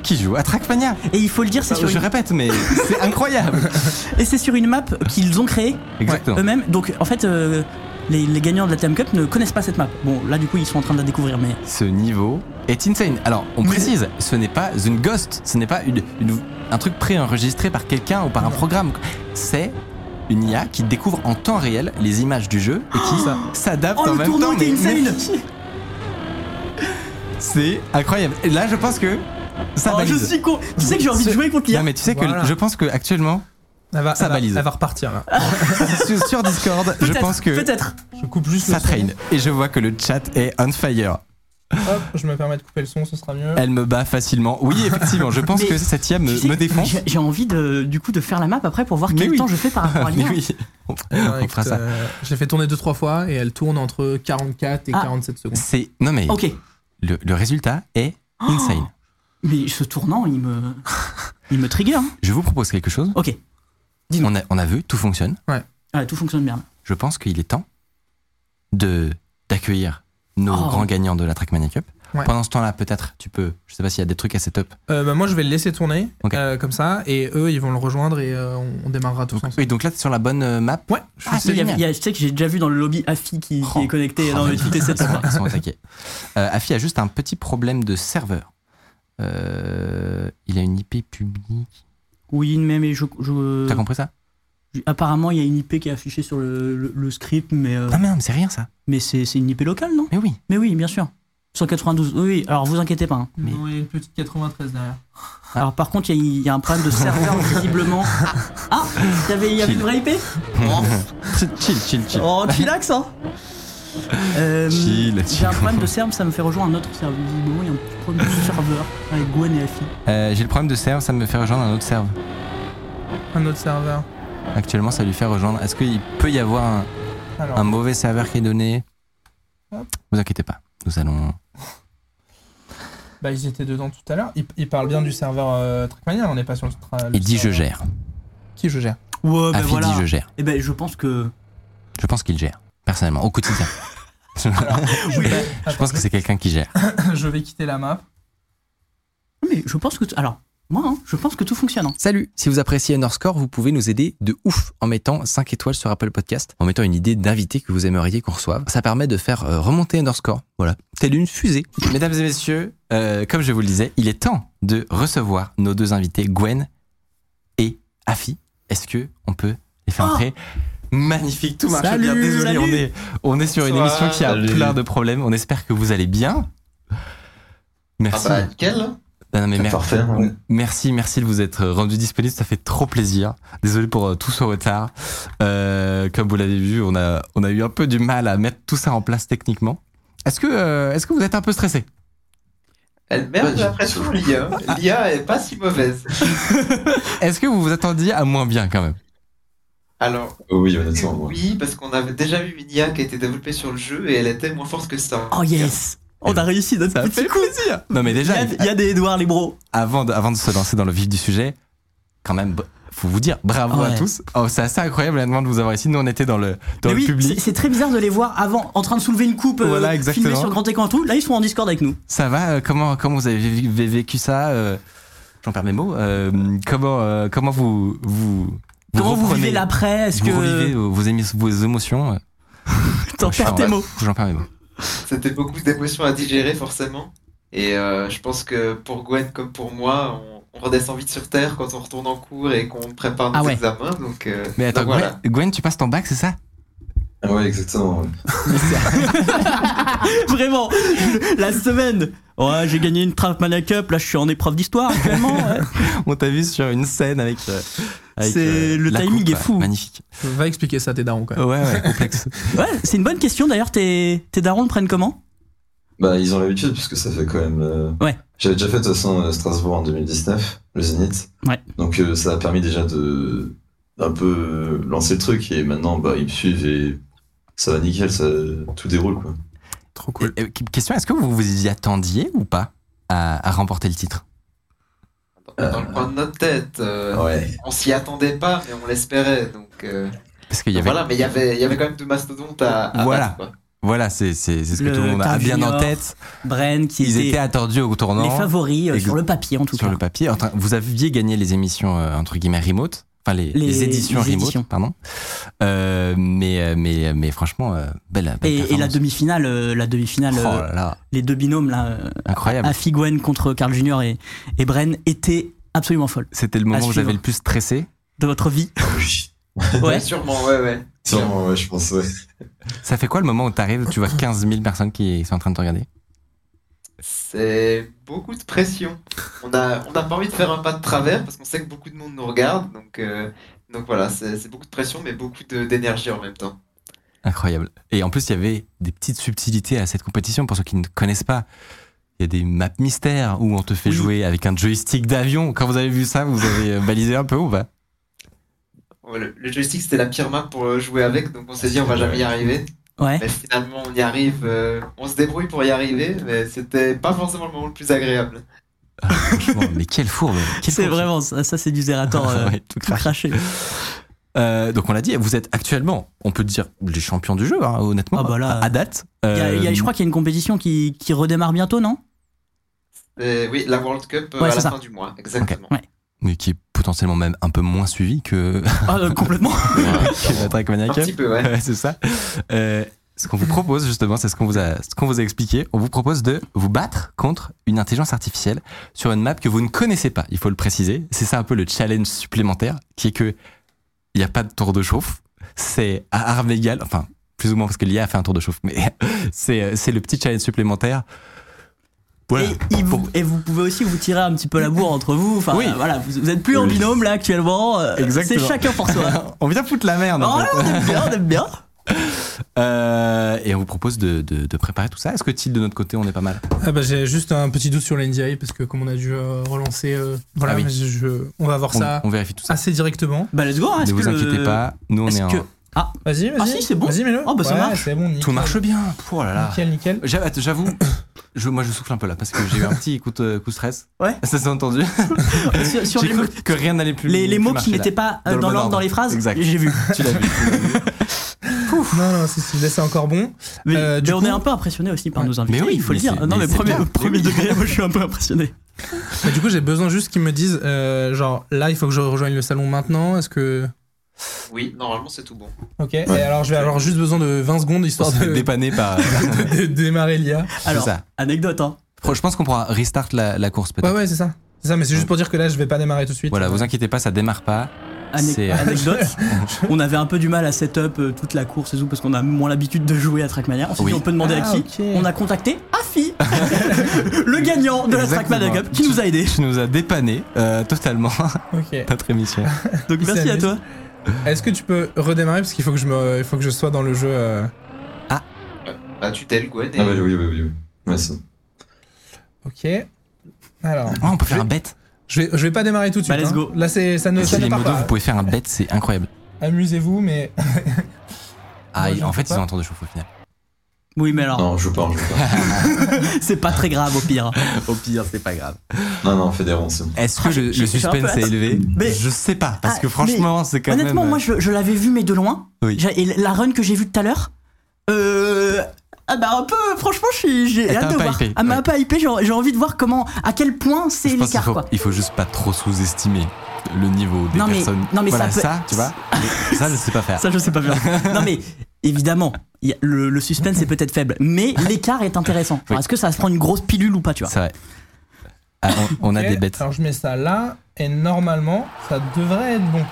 S1: qui joue à Trackmania.
S2: Et il faut le dire, c'est sur,
S1: Ah, Je
S2: une...
S1: répète, mais c'est incroyable.
S2: et c'est sur une map qu'ils ont créée
S1: Exactement.
S2: eux-mêmes. Donc en fait, euh, les, les gagnants de la TM Cup ne connaissent pas cette map. Bon, là du coup, ils sont en train de la découvrir, mais.
S1: Ce niveau est insane. Alors, on
S3: Mais-
S1: précise, ce n'est pas une ghost, ce n'est pas une, une- un truc pré-enregistré par quelqu'un ou par un programme. C'est une IA qui découvre en temps réel les images du jeu et qui s'adapte
S2: Oh,
S1: en
S2: le
S1: même
S2: tournoi
S1: temps.
S2: était
S1: mais- mais
S2: insane
S1: C'est incroyable. Et là, je pense que ça
S2: Oh, Je
S1: valide.
S2: suis con Tu sais que j'ai envie de jouer contre l'IA
S1: Non, mais tu sais que
S3: Voilà.
S1: je pense que actuellement
S3: Elle va,
S1: Ça
S3: elle va-
S1: balise.
S3: Elle va repartir. Là.
S1: sur, sur Discord, je
S2: Peut-être,
S1: pense que
S2: Peut-être
S3: Je coupe juste
S1: ça
S3: le son.
S1: traîne et je vois que le chat est on fire.
S3: Hop, je me permets de couper le son, ce sera mieux.
S1: Elle me bat facilement. Oui, effectivement, je pense
S2: Mais
S1: que cette IA me,
S2: Tu sais
S1: me
S2: que
S1: défonce.
S2: j'ai- J'ai envie de, du coup de faire la map après pour voir
S1: Mais
S2: quel
S1: oui.
S2: temps je fais par rapport à
S1: Mais
S2: l'IA.
S1: oui, on, on
S3: Écoute,
S1: fera ça.
S3: euh, je l'ai fait tourner deux trois fois et elle tourne entre 44 et
S2: Ah.
S3: 47 secondes.
S1: C'est non mais
S2: Ok, Oh.
S1: le, le résultat est insane.
S2: mais ce tournant, il me, il me trigger. hein.
S1: Je vous propose quelque chose.
S2: Ok, Dis-nous.
S1: On a, on a vu, tout fonctionne.
S2: Ouais, tout fonctionne bien.
S1: Je pense qu'il est temps de d'accueillir nos
S2: Oh.
S1: grands gagnants de la Trackmania Cup.
S3: Ouais.
S1: Pendant ce temps-là, peut-être, tu peux, je sais pas s'il y a des trucs à setup.
S3: Euh, bah, moi, je vais le laisser tourner
S1: Ok.
S3: euh, comme ça, et eux, ils vont le rejoindre et euh, on, on démarrera tous
S1: Donc,
S3: ensemble.
S1: oui, donc là, t'es sur la bonne euh, map.
S3: Ouais, je suis
S1: Ah,
S3: sûr.
S1: c'est
S2: Il y a-
S1: génial.
S2: il y a- je sais que j'ai déjà vu dans le lobby Afi qui, qui
S1: Oh.
S2: est connecté
S1: Oh,
S2: dans le
S1: merde.
S2: JT
S1: Ils
S2: 700.
S1: sont, ils sont attaqués. Euh, Afi a juste un petit problème de serveur. Euh, il a une IP publique.
S2: Oui, mais, mais je, je-
S1: T'as compris ça
S2: je- apparemment il y a une IP qui est affichée sur le, le- le script, mais, euh,
S1: Ah merde, c'est rien ça.
S2: mais c'est c'est une IP locale, non
S1: Mais oui.
S2: Mais oui, bien sûr. 192, oui, oui, alors vous inquiétez pas. hein.
S1: Mais-
S3: Non, il y a une petite 93 derrière.
S2: Alors par contre, il y, a- il y a un problème de serveur visiblement. Ah, il y avait, il y avait une vraie IP
S1: chill, chill, chill.
S2: Oh, chillax, hein Euh,
S1: Chill,
S2: J'ai un
S1: chill.
S2: problème de serveur, ça me fait rejoindre un autre serveur. Visiblement, il y a un petit problème de serveur avec Gwen et Afi.
S1: Euh, J'ai le problème de serve, ça me fait rejoindre un autre serve.
S3: Un autre serveur.
S1: Actuellement, ça lui fait rejoindre. Est-ce qu'il peut y avoir un,
S3: Alors,
S1: un mauvais serveur qui est donné Vous inquiétez pas. Nous allons.
S3: bah, ils étaient dedans tout à l'heure. Ils, ils parlent bien du serveur euh, Trackmania, on n'est pas sur le. tra- le
S1: Il dit je
S3: serveur-
S1: gère.
S3: Qui je gère
S2: Ouais, ben
S1: Afi
S2: voilà.
S1: dit je gère.
S2: Eh ben, je pense que.
S1: Je pense qu'il gère, personnellement, au quotidien.
S3: Oui,
S1: je pense que c'est quelqu'un qui gère.
S3: je vais quitter la map.
S2: Mais je pense que. t- Alors, moi, hein, je pense que tout fonctionne. hein.
S1: Salut Si vous appréciez Underscore, vous pouvez nous aider de ouf en mettant 5 étoiles sur Apple Podcast, en mettant une idée d'invité que vous aimeriez qu'on reçoive. Ça permet de faire euh, remonter Underscore, voilà, telle une fusée. Mesdames et messieurs, euh, comme je vous le disais, il est temps de recevoir nos deux invités, Gwen et Afi. Est-ce que on peut les faire
S2: Oh
S1: entrer Magnifique, tout marche
S2: Salut,
S1: bien. Désolé,
S2: salut.
S1: on est, on est sur une
S6: Bonsoir,
S1: émission qui a
S6: salut.
S1: plein de problèmes. On espère que vous allez bien.
S6: Ah
S1: Merci.
S6: bah nickel
S1: Non, non, mais mer-
S6: Parfait. ouais.
S1: Merci, merci de vous être euh, rendu disponible, ça fait trop plaisir. Désolé pour euh, tout ce retard. Euh, comme vous l'avez vu, on a, on a eu un peu du mal à mettre tout ça en place techniquement. Est-ce que, euh, est-ce que vous êtes un peu stressé
S6: Elle merde, j'ai l'impression que l'IA. L'IA est pas si mauvaise.
S1: Est-ce que vous vous attendiez à moins bien quand même
S6: Alors,
S7: Oh Oui,
S6: oui, parce qu'on avait déjà eu une IA qui a été développée sur le jeu et elle était moins forte que ça.
S2: Oh yes On a réussi notre petit coup
S1: plaisir Non mais déjà,
S2: Il y a, il y a des Edouard, les bros
S1: avant, de, avant de se lancer dans le vif du sujet, quand même, b- faut vous dire bravo à
S2: Ouais.
S1: tous. Oh, c'est assez incroyable la demande de vous avoir ici. Nous, on était dans le, dans
S2: Mais
S1: le
S2: oui, c'est-
S1: public.
S2: c'est très bizarre de les voir avant, en train de soulever une coupe, euh,
S1: Voilà, exactement.
S2: filmée sur grand écran et tout. Là, ils sont en Discord avec nous.
S1: Ça va euh, comment, comment vous avez vé- vé- vécu ça euh, J'en perds mes mots. euh, comment, euh, comment vous, vous, vous
S2: Comment vous
S1: reprenez-
S2: vivez l'après Est-ce
S1: vous revivez
S2: que euh,
S1: vos, vos émi- vos émotions euh,
S2: t'en
S1: je suis
S2: perds
S1: en-
S2: tes mots
S1: J'en perds mes mots.
S6: C'était beaucoup d'émotions à digérer forcément. Et euh, je pense que pour Gwen comme pour moi, on, on redescend vite sur Terre quand on retourne en cours et qu'on prépare nos
S2: Ah ouais.
S6: examens. Donc, euh,
S1: Mais attends,
S6: donc voilà.
S1: Gwen, Gwen, tu passes ton bac, c'est ça
S7: Ah Ouais, exactement. ouais.
S2: Vraiment La semaine Ouais, j'ai gagné une Trackmania Cup, là je suis en épreuve d'histoire actuellement. ouais.
S1: On t'a vu sur une scène avec. euh, avec, euh,
S2: C'est- le
S1: la
S2: timing
S1: coupe,
S2: est
S1: ouais,
S2: fou.
S1: Magnifique.
S3: Va expliquer ça à tes darons quand même.
S1: Ouais, ouais, complexe.
S2: Ouais, c'est une bonne question d'ailleurs, tes, tes darons le prennent comment
S7: Bah, ils ont l'habitude, puisque ça fait quand même. euh,
S2: Ouais.
S7: J'avais déjà fait de toute façon euh, Strasbourg en 2019, le Zénith.
S2: Ouais.
S7: Donc euh, ça a permis déjà de un peu euh, lancer le truc et maintenant bah ils me suivent et ça va nickel, ça tout déroule quoi.
S3: Trop cool.
S1: Et- et question est-ce que vous vous y attendiez ou pas à, à remporter le titre
S6: Dans, dans le coin de notre tête, euh,
S7: Ouais.
S6: on s'y attendait pas, mais on l'espérait. Donc, euh,
S1: Parce qu'il y avait.
S6: voilà, mais il y avait, il y avait quand même deux mastodontes à, à
S1: Voilà.
S6: battre, quoi.
S1: Voilà, c'est c'est- c'est ce que
S2: Le
S1: tout le monde a
S2: Tim
S1: bien en
S2: Junior,
S1: tête.
S2: Bren qui
S1: Ils
S2: était
S1: étaient attendus au tournant.
S2: les favoris euh,
S1: Ex-
S2: sur le papier en tout
S1: sur
S2: cas.
S1: le papier. Enfin, vous aviez gagné les émissions euh, entre guillemets remote, enfin les,
S2: Les-
S1: les éditions
S2: les
S1: remote,
S2: éditions.
S1: pardon. Euh, mais euh, mais mais franchement, euh, belle, belle
S2: Et, et la
S1: performance.
S2: demi-finale, euh, la demi-finale,
S1: Oh
S2: euh,
S1: là là,
S2: les deux binômes là, euh,
S1: incroyable.
S2: Afi Gwen contre Carl Junior et, et Bren était absolument folle
S1: C'était le moment où
S2: suivre.
S1: j'avais le plus stressé.
S2: de votre vie.
S1: Ah
S6: Ouais,
S2: Ouais.
S6: sûrement, ouais, ouais.
S7: Sûrement, ouais, je pense ouais.
S1: Ça fait quoi le moment où t'arrives, tu vois 15 000 personnes qui sont en train de te regarder
S6: C'est beaucoup de pression. On a, on n'a pas envie de faire un pas de travers parce qu'on sait que beaucoup de monde nous regarde. Donc, euh, donc voilà, c'est c'est beaucoup de pression, mais beaucoup de- d'énergie en même temps.
S1: Incroyable. Et en plus, il y avait des petites subtilités à cette compétition pour ceux qui ne connaissent pas. Il y a des maps mystères où on te fait
S2: Oui.
S1: jouer avec un joystick d'avion. Quand vous avez vu ça, vous avez euh, balisé un peu ou pas
S6: Le, le joystick, c'était la pire map pour euh, jouer avec, donc on s'est dit on va jamais y arriver.
S2: Ouais.
S6: Mais finalement, on y arrive. euh, on se débrouille pour y arriver, mais c'était pas forcément le moment le plus agréable.
S1: Ah, franchement, mais quel four, mais quel
S2: C'est
S1: four.
S2: vraiment ça, ça, c'est du Zerator euh,
S1: Ouais, tout
S2: tout
S1: craché.
S2: craché.
S1: Euh, donc on l'a dit, vous êtes actuellement, on peut dire, les champions du jeu, hein, honnêtement,
S2: Ah bah là,
S1: à, à date.
S2: Il y a- il y a-
S1: Euh,
S2: je crois qu'il y a une compétition qui, qui redémarre bientôt, non
S6: Euh, oui, la World Cup euh,
S2: Ouais,
S6: à
S2: c'est
S6: la
S2: ça.
S6: fin du mois, exactement.
S1: mais qui est potentiellement même un peu moins suivi que,
S2: Ah, euh, Complètement.
S1: que
S2: Oh.
S1: la
S6: Un
S1: Trackmania Cup.
S6: petit peu, ouais.
S1: Ouais, c'est ça. Euh, ce qu'on vous propose justement, c'est ce qu'on vous a, ce qu'on vous a expliqué. On vous propose de vous battre contre une intelligence artificielle sur une map que vous ne connaissez pas. Il faut le préciser. C'est ça un peu le challenge supplémentaire, qui est que il n'y a pas de tour de chauffe. C'est à armes égales, enfin plus ou moins parce que l'IA a fait un tour de chauffe, mais c'est euh, c'est le petit challenge supplémentaire. Voilà.
S2: Et, il vous, et vous pouvez aussi vous tirer un petit peu la bourre entre vous. Enfin,
S1: Oui.
S2: voilà, vous, vous êtes plus en
S7: Oui.
S2: binôme là actuellement. euh, C'est
S1: Exactement.
S2: chacun pour soi.
S1: On vient foutre la merde. en
S2: Oh,
S1: fait.
S2: on aime bien, on aime bien.
S1: Euh, et on vous propose de, de- de préparer tout ça. Est-ce que Till de notre côté, on est pas mal
S3: Ah bah, j'ai juste un petit doute sur la NDI parce que comme on a dû euh, relancer, euh, voilà,
S1: Ah oui.
S3: je- je- on va voir
S1: on,
S3: ça
S1: on vérifie tout ça.
S3: assez directement.
S2: Bah, let's go. hein, est-ce
S1: ne vous
S2: que le-
S1: inquiétez pas, nous on est,
S2: Est-ce
S1: en-
S2: que
S3: Vas-y, vas-y.
S2: Ah si, c'est bon.
S3: Vas-y, mets-le.
S2: Oh, bah, ça
S3: Ouais,
S2: marche. Ah.
S3: c'est bon,
S1: Tout
S3: nickel.
S1: marche bien. Oh là là.
S3: Nickel, nickel.
S1: J'a- att- J'avoue, je, moi je souffle un peu là parce que j'ai eu un petit coup de, coup de stress.
S2: Ouais.
S1: Ça s'est entendu.
S2: sur, sur
S1: J'ai
S2: les, mots,
S1: cru que rien n'allait plus.
S2: les- les
S1: plus
S2: mots qui
S1: marcher, là.
S2: n'étaient pas
S1: Dans
S2: euh,
S1: le
S2: dans
S1: bon
S2: l'ordre dans
S1: ordre.
S2: les phrases,
S1: Exact.
S2: j'ai vu.
S1: Tu l'as vu. tu l'as vu.
S3: Non, non, c'est- c'est- là, c'est encore bon.
S2: Mais,
S3: Euh, du
S2: mais on
S3: coup-
S2: est un peu impressionné aussi par
S1: Ouais.
S2: nos invités,
S1: Mais oui,
S2: il faut le
S1: mais
S2: dire.
S1: c'est-
S2: Non,
S1: mais
S2: mais,
S1: c'est
S2: premier,
S1: bien.
S2: premier
S1: Mais oui.
S2: degré, moi je suis un peu impressionné.
S3: Mais du coup, j'ai besoin juste qu'ils me disent, euh, genre, là, il faut que je rejoigne le salon maintenant. Est-ce que.
S6: Oui, normalement c'est tout bon.
S3: Ok. Et alors, je vais avoir juste besoin de 20 secondes
S1: On
S3: histoire
S1: se fait
S3: de,
S1: dépanner par.
S3: de- de démarrer l'IA.
S2: Alors,
S1: ça.
S2: anecdote, hein.
S1: Fr- Je pense qu'on pourra restart la, la course
S3: Ouais,
S1: peut-être.
S3: ouais, c'est ça. C'est ça, mais c'est juste pour dire que là, je vais pas démarrer tout de suite.
S1: Voilà, vous inquiétez pas, ça démarre pas.
S2: Ane-
S1: C'est- euh,
S2: anecdote, on avait un peu du mal à setup euh, toute la course et tout parce qu'on a moins l'habitude de jouer à Trackmania. On s'est
S1: Oui.
S2: dit on peut demander à
S3: Ah,
S2: qui.
S3: ok.
S2: On a contacté Afi, le gagnant de la
S1: Exactement.
S2: Trackmania Cup qui nous a aidés.
S1: Tu nous as dépanné euh, totalement
S3: Ok.
S1: notre émission.
S2: Donc
S3: Il
S2: merci à
S3: s'amuse.
S2: toi.
S3: Est-ce que tu peux redémarrer parce qu'il faut que je me, il faut que je sois dans le jeu. euh,
S6: Bah, tu t'es le Gwen et
S7: Ah, bah oui, oui, oui, oui. oui. Ouais, ça.
S3: Ok. Alors,
S1: Oh, on peut faire un bet.
S3: je vais, je vais pas démarrer tout de suite.
S2: Bah, let's
S3: hein.
S2: go.
S3: Là, c'est, ça ne,
S1: Si
S3: ça ne
S1: les
S3: part
S1: modos,
S3: pas.
S1: vous pouvez faire un bet, c'est incroyable.
S3: Amusez-vous, mais
S1: Ah,
S3: Moi,
S1: ils-
S3: je
S1: en
S3: ne
S1: fait,
S3: peux
S1: ils
S3: pas.
S1: ont un tour de chauffe au final.
S2: Oui mais alors
S7: Non, on joue pas, on joue pas.
S2: c'est pas très grave au pire.
S1: Au pire, c'est pas grave.
S7: Non, non, on fait des ronds, c'est bon.
S1: Est-ce que le,
S2: j'ai-
S1: le
S2: j'ai Ah, un peu
S1: suspense est
S2: hâte.
S1: élevé
S2: Mais-
S1: Je sais pas, parce
S2: Ah,
S1: que
S2: mais
S1: franchement, c'est quand même.
S2: Honnêtement moi je, je l'avais vu mais de loin.
S1: Oui.
S2: J'ai- Et la run que j'ai vue tout à l'heure, euh, ah bah un peu franchement je suis- j'ai
S1: Elle t'a
S2: hâte de
S1: pas
S2: voir.
S1: hypé,
S2: Elle m'a
S1: ouais.
S2: pas hypé, j'ai j'ai envie de voir comment, à quel point c'est
S1: Je pense qu'il
S2: l'écart
S1: faut,
S2: quoi.
S1: il faut juste pas trop sous-estimer le niveau des
S2: Non, mais-
S1: personnes.
S2: non, mais ça
S1: voilà,
S2: peut-
S1: tu vois. ça, je sais pas faire.
S2: Ça, je sais pas faire. non, mais évidemment, il y a- le, le suspense est peut-être faible, mais l'écart est intéressant.
S1: Oui.
S2: Genre, Est-ce que ça se prend une grosse pilule ou pas, tu vois
S1: C'est vrai. Ah, on, on a
S3: Ok,
S1: des bêtes.
S3: Alors je mets ça là et normalement ça devrait être bon.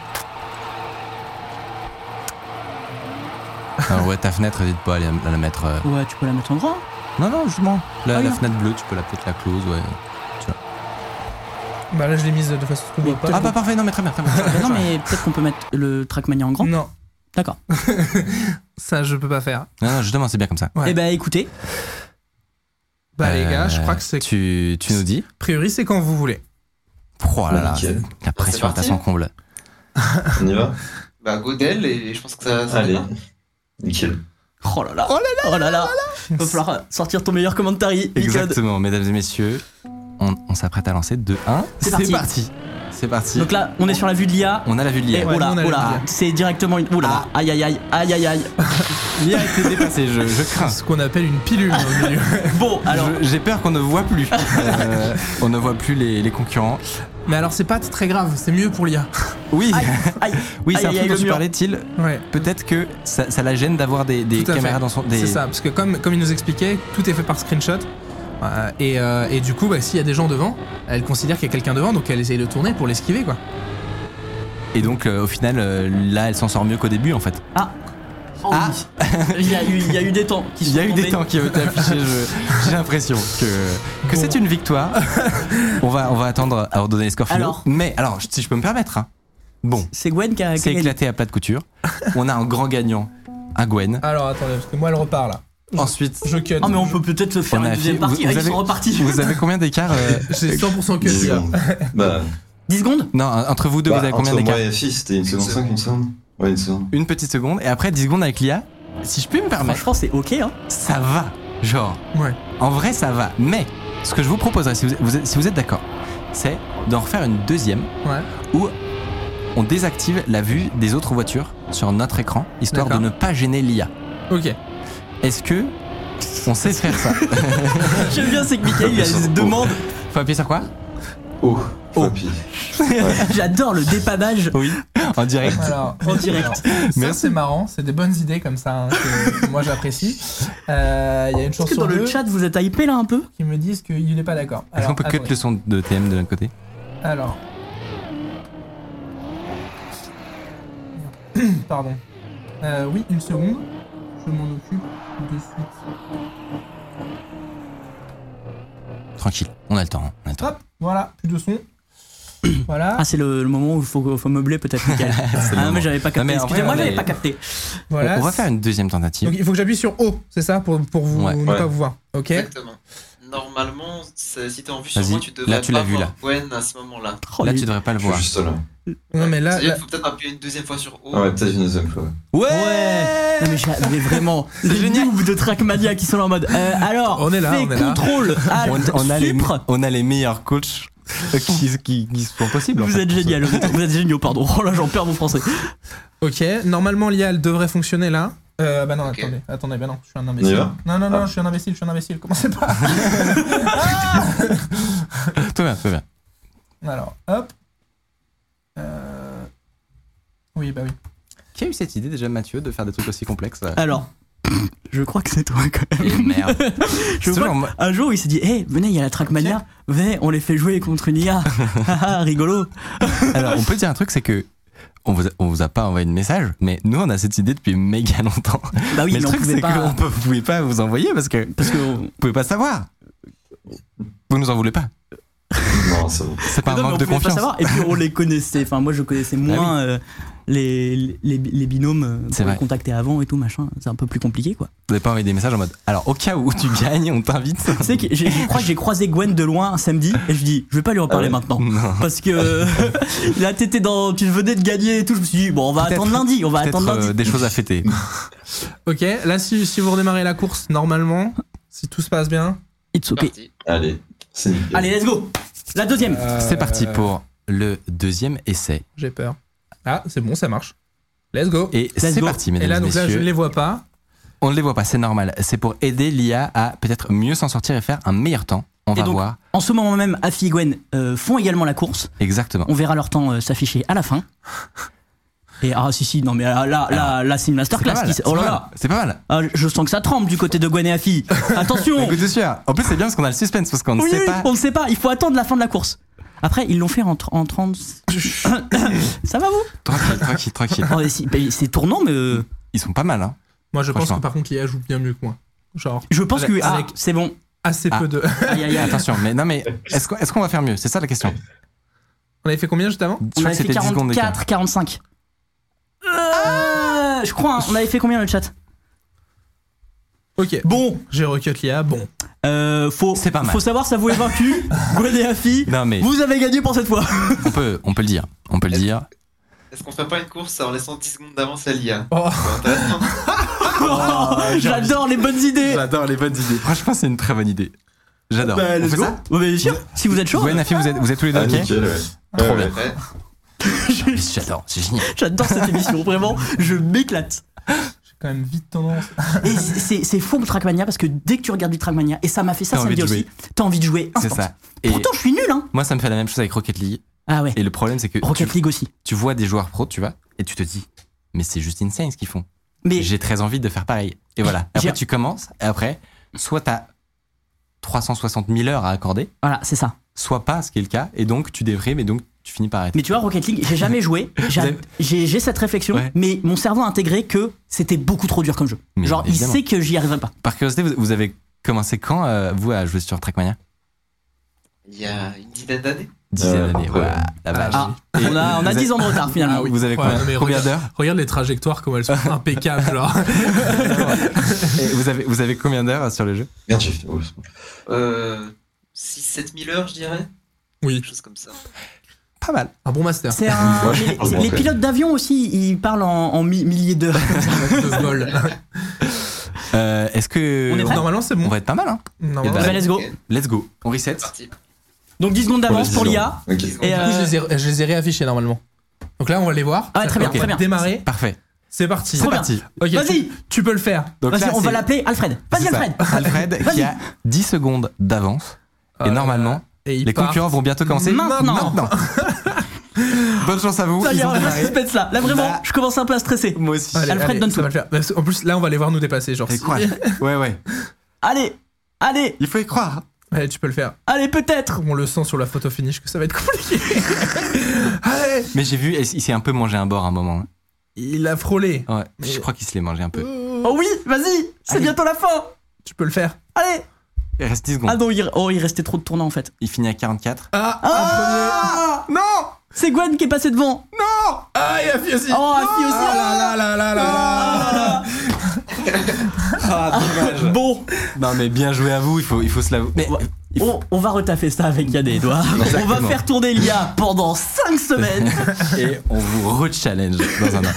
S1: Ah ouais, ta fenêtre, n'hésite pas à la, à la mettre. euh,
S2: Ouais, tu peux la mettre en grand.
S1: Non, non, justement. La,
S2: Ah,
S1: la
S2: non.
S1: fenêtre bleue, tu peux la peut-être la close, ouais.
S3: Bah là je l'ai mise de façon à ce qu'on
S2: Mais
S3: voit pas.
S1: Ah, bah parfait, non, mais très bien, très bien.
S2: Bah non, mais peut-être qu'on peut mettre le Trackmania en grand.
S3: Non,
S2: D'accord.
S3: ça je peux pas faire.
S1: Non, non, justement, c'est bien comme ça.
S3: Ouais.
S2: Eh ben, écoutez,
S3: Bah les
S1: Euh,
S3: gars, je crois que c'est.
S1: Tu, tu nous dis
S3: A priori c'est quand vous voulez.
S1: Oh là là,
S7: Nickel.
S1: la pression est à
S6: parti.
S1: son comble.
S7: On y va
S6: bah, Godel et je pense que ça. ça
S7: Allez.
S6: démarre.
S7: Nickel.
S2: oh là là, oh là là, va falloir sortir ton meilleur commentary. Nicode.
S1: Exactement, mesdames et messieurs, on, on s'apprête à lancer 2, 1.
S2: C'est parti.
S1: C'est parti.
S2: Donc là, on est sur la vue de l'IA.
S1: on a la vue de
S2: Et
S1: l'IA.
S3: Ouais,
S2: oh là,
S3: nous, on a
S2: oh
S3: la
S2: là,
S3: vue de l'IA.
S2: c'est directement une. Oh là
S1: Ah.
S2: là, aïe aïe aïe, aïe aïe aïe.
S1: L'IA a été dépassée, je, je crains.
S3: Ce qu'on appelle une pilule au milieu.
S2: Bon, alors,
S1: Je- J'ai peur qu'on ne voit plus. Euh, on ne voit plus les, les concurrents.
S3: Mais alors c'est pas très grave, c'est mieux pour l'IA.
S1: Oui,
S2: aïe, aïe.
S1: oui, c'est
S2: aïe,
S1: un truc
S2: aïe,
S1: dont
S2: le
S1: tu
S2: mur.
S1: parlais, Thiel.
S3: Ouais.
S1: Peut-être que ça, ça la gêne d'avoir des, des
S3: Tout à
S1: caméras
S3: fait.
S1: dans son. Des...
S3: C'est ça, parce que comme, comme il nous expliquait, tout est fait par screenshot. Euh, et, euh, et du coup, bah, s'il y a des gens devant, elle considère qu'il y a quelqu'un devant, donc elle essaye de tourner pour l'esquiver quoi.
S1: Et donc, euh, au final, euh, là, elle s'en sort mieux qu'au début, en fait.
S2: Oh
S1: Ah.
S2: oui. il, y a eu, il y a eu des temps qui
S1: Il
S2: sont
S1: y a eu des
S2: tombés.
S1: temps qui ont été affichés. je- J'ai l'impression que, que c'est une victoire. on, va, on va attendre à redonner les scores finaux.
S2: Alors.
S1: Mais alors, si je peux me permettre, hein. bon,
S2: C'est Gwen qui a.
S1: c'est
S2: qui a-
S1: éclaté à plat de couture. on a un grand gagnant à Gwen.
S3: Alors attendez, parce que moi elle repart là.
S1: Ensuite,
S3: Je cut.
S2: Ah mais on peut peut-être faire
S1: On a
S2: une deuxième
S1: fait-
S2: partie.
S1: vous-
S2: Ah,
S1: vous
S2: ils
S1: avez-
S2: sont repartis.
S1: vous avez combien d'écart euh,
S3: J'ai 100% cut
S7: 10
S3: l'IA.
S7: secondes. Bah,
S2: 10 secondes
S1: Non, entre vous deux,
S7: bah,
S1: vous avez combien
S7: entre
S1: d'écart
S7: moi et FI, c'était une seconde 5, une seconde Ouais, une seconde.
S1: Une petite seconde, et après 10 secondes avec l'IA. Si je puis me permettre,
S2: Franchement, c'est ok. Hein.
S1: ça va. Genre,
S3: Ouais.
S1: en vrai, ça va. Mais ce que je vous proposerais, si vous, vous êtes- si vous êtes d'accord, c'est d'en refaire une deuxième
S3: Ouais.
S1: où on désactive la vue des autres voitures sur notre écran, histoire de
S3: D'accord.
S1: ne pas gêner l'IA.
S3: Ok.
S1: Est-ce que on sait faire ça
S2: J'aime bien, c'est que Mickaël, il a des demandes.
S1: Faut appuyer sur quoi
S7: Oh,
S1: Oh.
S7: papy.
S2: J'adore le dépannage
S1: Oui, en direct.
S3: Alors,
S2: en direct.
S3: Ça,
S1: Merci.
S3: c'est marrant, c'est des bonnes idées comme ça hein, que moi j'apprécie. Euh, Il y a une chose
S2: Est-ce que dans
S3: sur
S2: le
S3: deux
S2: chat, vous êtes hypé là un peu
S3: qui me disent qu'il n'est pas d'accord.
S1: Est-ce
S3: Alors,
S1: qu'on peut cut
S3: attendez.
S1: le son de TM de l'autre côté
S3: Alors. Pardon. Euh, oui, une seconde. Je m'en occupe de suite.
S1: Tranquille, on a le temps. On a le temps.
S3: Hop, voilà, plus de son. Voilà,
S2: Ah, c'est le, le moment où il faut, faut meubler peut-être, Mickaël.
S1: le
S2: ah,
S1: moment.
S2: mais j'avais pas
S1: Non,
S2: capté.
S1: mais en vrai,
S2: Excusez-moi,
S1: on
S2: j'avais
S1: est-
S2: pas capté.
S3: voilà.
S1: On- on va faire une deuxième tentative.
S3: Donc il faut que j'appuie sur O, c'est ça pour, pour vous
S1: Ouais.
S3: ne
S7: Ouais.
S3: pas vous voir. Ok.
S6: Exactement. Normalement, c'est- si t'es en vue sur
S1: Vas-y.
S6: moi, tu devrais
S1: Là, tu
S6: pas
S1: l'as vu,
S6: voir
S1: là.
S6: Gwen à ce moment-là.
S2: Oh,
S1: Là,
S2: il-
S1: tu devrais pas le
S7: Je suis
S1: voir.
S7: juste là.
S3: Non mais là,
S6: C'est-à-dire
S3: là-
S6: qu'il faut peut-être appuyer une deuxième fois sur O.
S7: Ah ouais, peut-être une deuxième fois.
S1: Ouais,
S2: Ouais Non, mais, j'ai- mais vraiment, les
S1: génial.
S2: noobs de Trackmania qui sont là en mode. euh, alors,
S3: On est là,
S2: fais
S3: on est là.
S2: contrôle,
S1: on,
S2: alt,
S1: on a les,
S2: supre.
S1: on a les meilleurs coachs qui, qui, qui sont possibles. en
S2: Vous
S1: fait,
S2: êtes
S1: pour ce-
S2: génial, vous êtes- vous êtes géniaux, pardon. Oh là, j'en perds mon français.
S3: ok. Normalement l'IA elle devrait fonctionner là. Euh, bah non,
S6: Ok.
S3: attendez, attendez, bah non, je suis un
S7: On y
S3: imbécile.
S7: va
S3: Non, non, non,
S7: Ah.
S3: je suis un imbécile, je suis un imbécile, commencez pas.
S1: Tout bien, tout bien.
S3: Alors, hop. Euh, Oui, bah oui.
S1: Qui a eu cette idée déjà, Mathieu, de faire des trucs aussi complexes euh
S2: Alors, je crois que c'est toi quand même.
S1: Et Ah, merde.
S2: Je
S1: C'est
S2: crois
S1: toujours moi.
S2: Un jour, il s'est dit, hé, venez, il y a la Trackmania, venez, on les fait jouer contre une IA. Haha, ah, rigolo.
S1: Alors, on peut dire un truc, c'est que on vous, a, on vous a pas envoyé de message, mais nous, on a cette idée depuis méga longtemps. mais
S2: Bah oui, mais,
S1: le
S2: on
S1: truc,
S2: pouvait
S1: c'est qu'on
S2: pas.
S1: peut- vous pouvez pas vous envoyer parce que
S2: Parce que. on-
S1: vous pouvez pas savoir. Vous nous en voulez pas.
S7: Non, c'est bon.
S1: C'est pas
S2: Non,
S1: un
S2: mais on
S1: manque de
S2: pouvait pas
S1: confiance. Bah
S2: savoir. Et puis, on les connaissait. Enfin, moi, je connaissais moins euh, les, les, les binômes euh,
S1: C'est
S2: pour les
S1: vrai.
S2: contacter avant et tout, machin. C'est un peu plus compliqué, quoi.
S1: Vous n'avez pas envoyé des messages en mode alors, au cas où tu gagnes, on t'invite.
S2: Tu sais que j'ai- je crois que j'ai croisé Gwen de loin un samedi et je dis, je vais pas lui en parler
S7: ouais.
S2: maintenant.
S1: Ah Non.
S2: Parce que là, t'étais dans, tu venais de gagner et tout. Je me suis dit, bon, on va
S1: Peut-être-
S2: attendre lundi, on va
S1: Peut-être
S2: attendre
S1: euh,
S2: lundi.
S1: des choses à fêter.
S3: Ok, là si, si vous redémarrez la course normalement, si tout se passe bien.
S2: It's okay.
S6: Parti.
S7: Allez, c'est nickel.
S2: Allez, let's go. La deuxième.
S3: euh,
S1: C'est parti pour le deuxième essai.
S3: J'ai peur. Ah, c'est bon, ça marche. Let's go.
S1: Et
S2: Let's
S1: c'est
S2: go.
S1: parti,
S3: Et
S1: mesdames
S3: là,
S1: et
S3: donc là, je
S1: messieurs.
S3: ne les vois pas.
S1: On ne les voit pas, c'est normal. C'est pour aider l'IA à peut-être mieux s'en sortir et faire un meilleur temps. On
S2: Et
S1: va
S2: donc-
S1: voir
S2: En ce moment même, Afi et Gwen euh, font également la course.
S1: exactement.
S2: On verra leur temps euh, s'afficher à la fin. Et ah si si non mais là là là, là, c'est une
S1: C'est pas
S2: masterclass
S1: mal,
S2: qui
S1: c'est
S2: s- oh là
S1: pas
S2: là
S1: mal, c'est pas mal.
S2: Ah, je sens que ça tremble du côté de Gwen et Afi attention
S1: Écoute, je suis sûr. En plus, c'est bien parce qu'on a le suspense, parce qu'on ne
S2: Oh. Oui,
S1: sait
S2: oui,
S1: pas.
S2: on ne sait pas il faut attendre la fin de la course après ils l'ont fait en, tr- en 30 ça va vous
S1: Tranquille, tranquille, tranquille.
S2: Oh, mais si- mais c'est tournant mais euh,
S1: Ils sont pas mal, hein.
S3: Moi, je pense
S1: Franchement.
S3: que par contre, l'IA joue bien mieux que moi. Genre,
S2: je pense
S3: Avec-
S2: que ah,
S3: avec-
S2: c'est bon
S3: assez
S1: Ah.
S3: peu de.
S2: aïe aïe aïe
S1: Attention, mais non, mais est-ce qu'on est-ce qu'on va faire mieux C'est ça la question.
S3: On avait fait combien juste avant
S1: Je
S2: on
S1: crois
S2: avait
S1: que
S2: fait
S1: c'était 10 secondes d'écart.
S2: 44 45 Euh, je crois hein, on avait fait combien le chat
S3: Ok.
S2: bon
S3: J'ai recut l'IA, bon.
S2: Euh, faut,
S1: C'est pas mal. Bah
S2: faut savoir ça vous est vaincu. Gwen et Afi,
S1: Non, mais
S2: vous avez gagné pour cette fois.
S1: on peut, on peut le dire. On peut le dire.
S6: Est-ce qu'on ferait pas une course en laissant 10 secondes d'avance à l'IA
S3: Oh.
S6: C'est intéressant.
S1: Oh,
S2: J'adore les bonnes idées.
S1: J'adore les bonnes idées. Franchement, c'est une très bonne idée. J'adore.
S2: Bah,
S1: on
S2: let's
S1: fait
S2: go.
S1: ça
S2: Ouais, mais bien sûr, si vous êtes chaud,
S1: Gwen, Afi, vous êtes, vous êtes tous les deux
S7: Ah,
S1: ok
S7: nickel, ouais.
S1: Trop
S7: Ouais,
S1: bien.
S7: ouais.
S6: Ouais.
S1: J'adore, c'est génial.
S2: j'adore cette émission, vraiment, je m'éclate.
S3: J'ai quand même vite tendance.
S2: Et c'est- c'est c'est fou le Trackmania parce que dès que tu regardes du Trackmania, et ça m'a fait ça
S1: T'as envie
S2: samedi
S1: de
S2: aussi, t'as envie de jouer.
S1: C'est
S2: instant.
S1: ça. Et
S2: Pourtant, je suis nul, hein.
S1: moi, ça me fait la même chose avec Rocket League.
S2: Ah ouais,
S1: Et le problème, c'est que tu,
S2: Rocket League aussi.
S1: tu vois des joueurs pros, tu vois, et tu te dis, mais c'est juste insane ce qu'ils font.
S2: Mais
S1: J'ai très envie de faire pareil. Et voilà.
S2: J'ai-
S1: Après, tu commences, et après, soit t'as 360 000 heures à accorder,
S2: voilà, c'est ça.
S1: soit pas, ce qui est le cas, et donc tu dévries, mais donc tu finis par arrêter.
S2: Mais tu vois, Rocket League, j'ai jamais joué. J'a-
S1: Vous avez-
S2: J'ai j'ai cette réflexion,
S1: Ouais.
S2: mais mon cerveau a intégré que c'était beaucoup trop dur comme jeu.
S1: Mais
S2: Genre,
S1: évidemment.
S2: il sait que j'y arriverai pas.
S1: Par curiosité, vous, vous avez commencé quand, euh, vous, à jouer sur Trackmania
S6: Il y a une dizaine d'années.
S1: Dizaine
S7: Euh,
S1: d'années.
S7: après.
S1: Ouah, la vache.
S2: Ah, on a, on a
S1: vous
S2: 10 ans de retard finalement.
S1: Ah oui, Vous avez
S3: Ouais,
S1: combien,
S3: non, mais
S1: combien
S3: regarde-
S1: d'heures
S3: Regarde les trajectoires, comment elles sont impeccables, genre.
S1: Et vous avez, vous avez combien d'heures euh, sur le jeu
S7: Merde, j'ai fait. oh, c'est bon.
S6: Euh, 6-7 000 heures, je dirais.
S3: Oui.
S6: Quelque chose comme ça.
S1: Pas mal.
S3: Un bon master.
S2: C'est un.
S7: Moi, je
S2: les-
S7: pense
S2: les,
S7: qu'on fait.
S2: pilotes d'avion aussi, ils parlent en, en mi- milliers d'heures.
S3: Ce vol.
S1: Euh, Est-ce que.
S2: On est prêt
S3: Normalement, c'est
S1: on
S3: bon.
S1: va être pas mal, hein
S3: Normalement,
S1: Eh
S2: Eh
S1: ben,
S2: ben, let's go.
S6: Ok.
S1: Let's go. On reset.
S6: C'est parti.
S2: Donc 10 secondes d'avance pour l'IA.
S7: Ok.
S2: Et
S3: Du coup,
S2: euh,
S3: je, les ai, je les ai réaffichés normalement. Donc là, on va les voir.
S2: Ah, très bien,
S3: Ok.
S2: très bien.
S3: Démarrer.
S1: Parfait.
S3: C'est parti.
S1: C'est parti.
S3: Ok,
S2: Vas-y.
S3: Tu, tu peux le faire.
S1: Donc
S2: vas-y,
S1: là,
S2: on
S1: c'est-
S2: va l'appeler Alfred. Vas-y
S1: c'est ça.
S2: Alfred.
S1: Alfred qui
S2: Vas-y.
S1: a 10 secondes d'avance. Et
S3: Euh,
S1: normalement,
S3: Et il
S1: les
S3: part.
S1: concurrents vont bientôt commencer.
S2: Maintenant.
S1: Bonne chance à vous.
S2: Ça y est,
S1: Ils ont
S2: le
S1: démarré. Bah-
S2: suspense là. Là vraiment,
S1: Là.
S2: je commence un peu à stresser.
S1: Moi aussi.
S3: Allez,
S2: Alfred,
S3: allez,
S2: donne
S3: ça
S2: tout.
S3: va le faire. Parce- En plus, là, on va les voir nous dépasser. Genre,
S1: Et quoi Ouais, ouais.
S2: Allez, allez,
S1: Il faut y croire.
S3: Allez, tu peux le faire.
S2: allez peut-être.
S3: On le sent sur la photo finish que ça va être compliqué. allez
S1: Mais j'ai vu, il s'est un peu mangé un bord à un moment. hein.
S3: Il a frôlé.
S1: Ouais, je crois qu'il se l'est mangé un peu.
S2: Oh oui, vas-y, c'est bientôt la fin.
S3: Tu peux le faire.
S2: Allez.
S1: Il reste 10 secondes.
S2: Ah non, il, oh, il restait trop de tournants en fait.
S1: Il finit à 44.
S3: Ah,
S2: Ah non C'est Gwen qui est passée devant.
S3: ah, il a fait aussi.
S2: Oh, Afi aussi.
S3: Ah là là là là là
S2: Ah.
S3: là.
S1: Ah, dommage.
S2: Bon,
S1: Non, mais bien joué à vous, il faut, il faut se l'avouer. Mais
S2: Ouais.
S1: il faut-
S2: on, on va retaffer ça avec Yann et Edouard. On va
S1: Exactement.
S2: faire tourner l'IA pendant 5 semaines.
S1: et on vous re-challenge dans un an.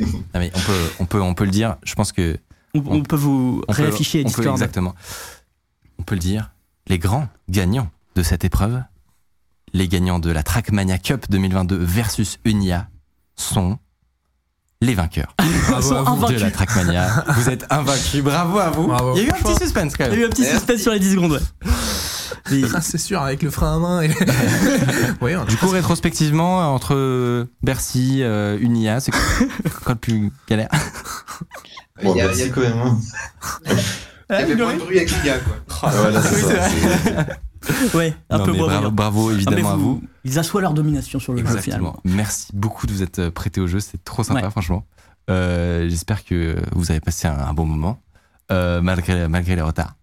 S1: non, mais on peut, on, peut, on peut le dire, je pense que.
S2: On, on peut vous
S1: On peut-
S2: réafficher
S1: on peut-
S2: Discord.
S1: Exactement. On peut le dire, les grands gagnants de cette épreuve, les gagnants de la Trackmania Cup 2022 versus Unia, sont les vainqueurs
S3: Bravo à
S2: Ils sont
S3: vous.
S1: de
S2: invaincus.
S1: la Trackmania. vous êtes invaincus, bravo à vous.
S3: Bravo.
S1: Il y a eu un petit suspense quand
S2: Il y a
S1: même.
S2: eu un petit suspense sur les 10 secondes, ouais. Mais-
S3: Ah, c'est sûr, avec le frein à main. Et... oui, on a-
S1: Du coup, rétrospectivement, entre Bercy, euh, Unia, c'est quoi quoi le plus galère
S7: Bon,
S6: Il y a-
S1: Ah,
S7: bah,
S6: il y a-
S7: c'est quand même. hein.
S6: il
S2: Euh,
S6: y avait moins de bruit avec l'IA, quoi.
S7: Ah ouais, là, c'est
S1: Oui, c'est
S7: ça. c'est-
S2: ouais, un
S1: Non,
S2: peu
S1: mais
S2: moins
S1: bravo,
S2: brillant.
S1: bravo
S2: Ah, mais
S1: évidemment à
S2: vous-
S1: vous.
S2: Ils assoient leur domination sur le jeu finalement.
S1: Exactement. Merci beaucoup de vous être euh, prêté au jeu, c'est trop sympa
S2: Ouais.
S1: franchement. Euh, J'espère que vous avez passé un, un bon moment euh, malgré malgré les retards.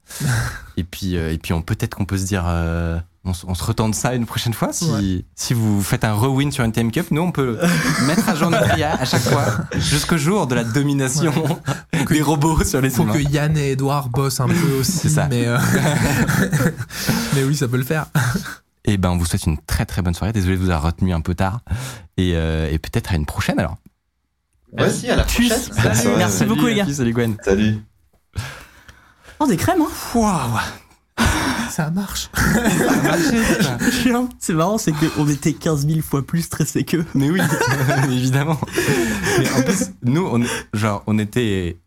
S1: et puis euh, et puis on peut-être qu'on peut se dire euh, on, se- on se retente ça une prochaine fois si si vous faites un rewin sur une TM Cup, nous on peut mettre à jour notre IA à chaque fois jusqu'au jour de la domination des robots sur les
S3: Faut
S1: humains.
S3: que Yann et Edouard bossent un peu aussi.
S1: C'est ça.
S3: Mais, euh, mais oui, ça peut le faire.
S1: Et ben on vous souhaite une très très bonne soirée. Désolé de vous avoir retenu un peu tard et, euh, et peut-être à une prochaine alors.
S6: Merci, à la
S2: Tchuss.
S6: prochaine.
S7: Bonne soirée.
S2: Ah, Merci beaucoup, les gars.
S1: Sophie, Salut Gwen.
S7: Salut.
S2: Oh, des crèmes, hein
S1: Waouh Ah,
S3: Ça marche.
S2: C'est marrant, c'est qu'on était 15 000 fois plus stressés qu'eux.
S1: Mais oui, évidemment. Mais en plus, nous, on, genre, on était.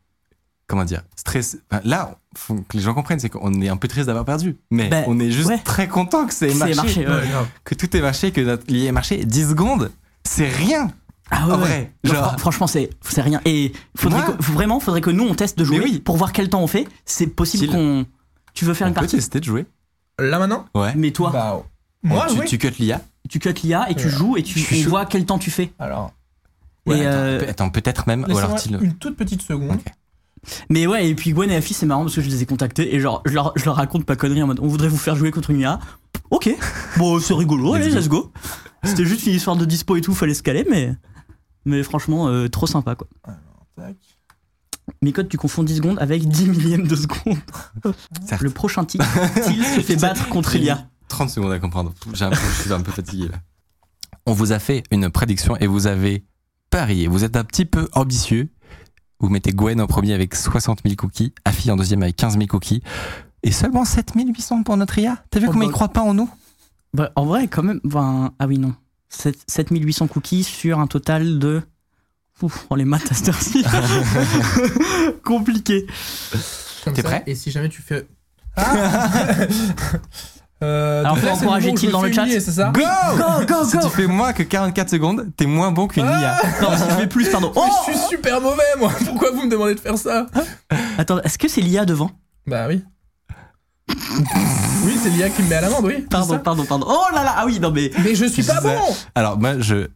S1: Comment dire Stress. enfin, là, faut que les gens comprennent, c'est qu'on est un peu triste d'avoir perdu. Mais
S2: Ben,
S1: on est juste
S2: ouais.
S1: très content que c'est
S2: C'est
S1: marché,
S2: marché, ouais.
S1: Que tout est marché, que notre lié est marché. 10 secondes, c'est rien.
S2: Ah ouais,
S1: En
S2: ouais.
S1: vrai,
S2: Non,
S1: genre-
S2: fran- franchement, c'est c'est rien. Et faudrait
S1: Ouais.
S2: que- vraiment, faudrait que nous on teste de jouer
S1: Mais oui.
S2: pour voir quel temps on fait. C'est possible
S1: Style.
S2: qu'on. Tu veux faire
S1: on
S2: une
S1: peut
S2: partie
S1: tester de jouer.
S3: Là maintenant
S1: Ouais.
S2: Mais toi,
S3: Bah, Moi,
S1: tu,
S3: oui.
S1: tu cut l'IA.
S2: tu cut l'IA et tu
S3: Ouais.
S2: joues et tu
S1: Je suis
S2: on
S1: chaud.
S2: voit quel temps tu fais.
S3: Alors,
S2: Et,
S1: Ouais, attends,
S2: euh,
S1: peut- attends, peut-être même. Ou alors,
S3: laissez-moi
S1: Tilo.
S3: une toute petite seconde.
S1: Ok.
S2: Mais ouais, et puis Gwen et Afi, c'est marrant parce que je les ai contactés et genre, je leur, je leur raconte pas connerie en mode on voudrait vous faire jouer contre une IA. Ok, bon, c'est rigolo,
S1: Let's
S2: allez,
S1: go.
S2: let's go. C'était juste une histoire de dispo et tout, fallait se caler, mais. Mais franchement, euh, trop sympa quoi.
S3: Tac.
S2: Mes codes, tu confonds 10 secondes avec 10 millièmes de seconde.
S1: Certes.
S2: Le prochain titre, Thiel se fait battre contre
S1: J'ai mis
S2: l'IA.
S1: 30 secondes à comprendre. J'ai un peu- je suis un peu fatigué là. On vous a fait une prédiction et vous avez parié. Vous êtes un petit peu ambitieux. Vous mettez Gwen en premier avec 60 000 cookies, Afi en deuxième avec 15 000 cookies et seulement 7 800 pour notre IA. T'as vu
S3: Oh
S1: comment
S3: bah.
S1: ils croient pas en nous
S2: Bah, en vrai, quand même. ben, ah oui, non. Sept- 7800 cookies sur un total de. Ouf, oh, les maths à cette heure-ci. Compliqué.
S3: Comme
S1: T'es
S3: ça.
S1: prêt
S3: Et si jamais tu fais. Ah euh,
S2: Alors,
S3: donc là,
S2: faut
S3: c'est le moment où
S2: encourager
S3: je
S2: Thiel
S3: me
S2: dans le
S3: fais
S2: chat.
S3: humilier, C'est ça
S1: Go
S2: Go, go,
S1: Si tu
S2: go Ah.
S1: fais moins que 44 secondes, t'es moins bon qu'une IA.
S2: Non, si je fais plus, pardon.
S3: Mais
S2: Oh
S3: je suis super mauvais, moi. Pourquoi vous me demandez de faire ça
S2: Attends, est-ce que c'est l'IA devant
S3: Bah oui. oui, c'est l'IA qui me met à l'amende, oui. c'est
S2: Pardon,
S3: ça.
S2: pardon, pardon. Oh là là, ah oui, non mais.
S3: Mais je suis pas
S1: C'est ça.
S3: bon.
S1: Alors moi, je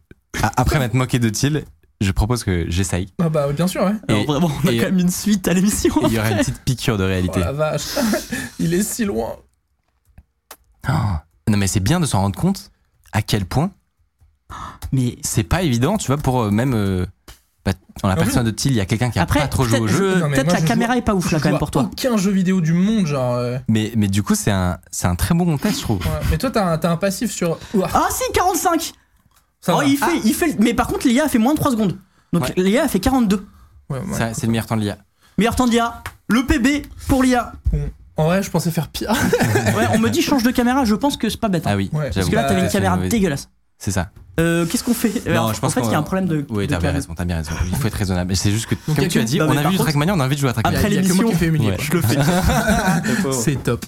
S1: a- après m'être moqué de Thiel, je propose que j'essaye.
S3: Ah bah bien sûr, ouais.
S2: Alors,
S1: Et-
S2: vraiment, on a
S1: et-
S2: quand même une suite à l'émission.
S1: Et il y aura une petite piqûre de
S3: Oh
S1: réalité.
S3: la vache. Il est si loin.
S1: Oh. Non mais c'est bien de s'en rendre compte à quel point
S2: Mais.
S1: c'est pas évident, tu vois, pour euh, même euh, bah, en la
S3: Ah oui.
S1: personne de Thiel, il y a quelqu'un qui a
S2: Après,
S1: pas trop joué au
S2: peut-être
S1: jeu.
S2: je-
S3: Non, mais
S2: peut-être
S3: moi,
S2: la
S3: je
S2: caméra est pas ouf là
S3: Je
S2: quand même
S3: vois
S2: pour toi.
S3: Aucun jeu vidéo du monde, genre. euh,
S1: Mais, mais du coup, c'est un, c'est un très bon contexte, je trouve.
S3: ouais. Mais toi, t'as un, t'as un passif sur. Ouah,
S2: Ah si, 45
S3: ça
S2: Oh,
S3: va. Ah.
S2: il fait, il fait. Mais par contre, l'IA a fait moins de 3 secondes. Donc
S1: Ouais.
S2: l'IA a fait 42.
S3: Ouais, ouais.
S1: Ça, c'est le meilleur temps de l'IA.
S2: Meilleur temps d'IA. Le PB pour l'IA.
S3: En vrai, je pensais faire pire.
S2: Ouais, on me dit change de caméra, je pense que c'est pas bête. hein.
S1: Ah oui,
S3: Ouais.
S2: Parce que là,
S3: j'avoue,
S2: t'avais
S1: c'est
S2: une
S1: une
S2: caméra
S1: mauvaise-
S2: dégueulasse.
S1: C'est ça.
S2: Euh, Qu'est-ce qu'on fait
S1: Non,
S2: Alors,
S1: je pense
S2: En fait,
S1: qu'on-
S2: il y a un problème de.
S1: Oui,
S2: de
S1: t'as bien
S2: caméra.
S1: raison, t'as bien raison. Il faut être raisonnable. Mais C'est juste que,
S3: il y
S1: comme
S3: a
S1: tu as
S3: que-
S1: dit,
S3: non,
S1: on
S3: mais
S1: a
S3: par
S1: vu
S3: contre-
S1: Trackmania, on a envie de jouer à Trackmania.
S2: Après
S3: Il y a que
S2: l'émission,
S3: moi qui fais humilier.
S1: Ouais. Oh.
S2: je le fais.
S3: C'est top.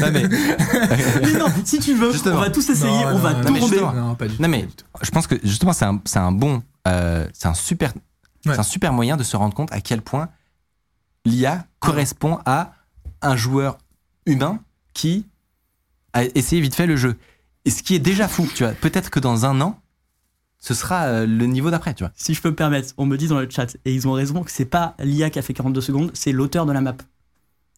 S1: Non, mais-
S2: Mais non, si tu veux,
S1: Justement.
S2: on va tous essayer,
S3: Non,
S2: on va
S3: non,
S2: tout
S3: non, mais
S2: ronder.
S3: justement, Non, pas du tout.
S1: Non, mais je pense que justement, c'est un, c'est un bon. euh, c'est un super. C'est
S3: Ouais.
S1: un super moyen de se rendre compte à quel point l'IA correspond à un joueur humain qui a essayé vite fait le jeu. Et ce qui est déjà fou, tu vois. Peut-être que dans un an, ce sera euh, le niveau d'après, tu vois.
S2: Si je peux me permettre, on me dit dans le chat, et ils ont raison, que c'est pas l'IA qui a fait 42 secondes, c'est l'auteur de la map.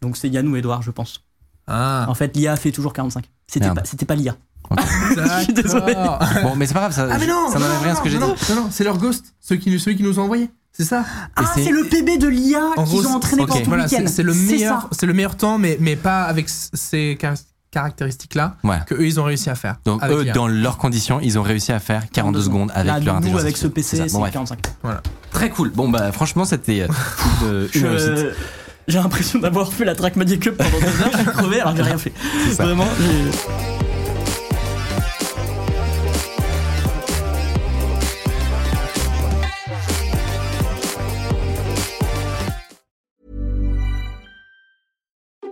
S2: Donc c'est Yann ou Edouard, je pense.
S3: Ah,
S2: En fait, l'IA fait toujours 45. C'était
S1: Merde.
S2: pas, c'était pas l'IA.
S3: je
S2: suis désolé.
S1: Bon, mais c'est pas grave, ça,
S3: Ah mais non
S1: ça
S3: non,
S1: n'enlève
S3: non,
S1: rien à ce que j'ai
S3: non,
S1: dit.
S3: non, non, non, c'est leur ghost, ceux qui, celui qui nous ont envoyé. C'est ça
S2: Ah,
S1: c'est-
S2: c'est le PB de l'IA
S3: En gros,
S2: qu'ils ont entraîné
S1: ok.
S2: pendant tout le
S3: Voilà,
S2: week-end.
S3: c'est c'est le meilleur,
S2: ça.
S3: c'est le meilleur temps, mais, mais pas avec c- ces car- caractéristiques-là
S1: Ouais.
S3: que eux ils ont réussi à faire.
S1: Donc
S3: Avec
S1: eux,
S3: l'IA.
S1: dans leurs conditions, ils ont réussi à faire 42 secondes avec
S2: Là,
S1: leur
S2: nous,
S1: intelligence
S2: avec ce
S1: artificielle.
S2: PC,
S1: C'est ça. Bon,
S2: c'est
S1: bref.
S2: 45.
S1: Très cool. Bon bah franchement, c'était euh, une- une réussite.
S2: Je- J'ai l'impression d'avoir fait la track Magic Cup pendant deux heures, je suis crevé alors que j'ai rien fait.
S1: ça.
S2: Vraiment, j'ai-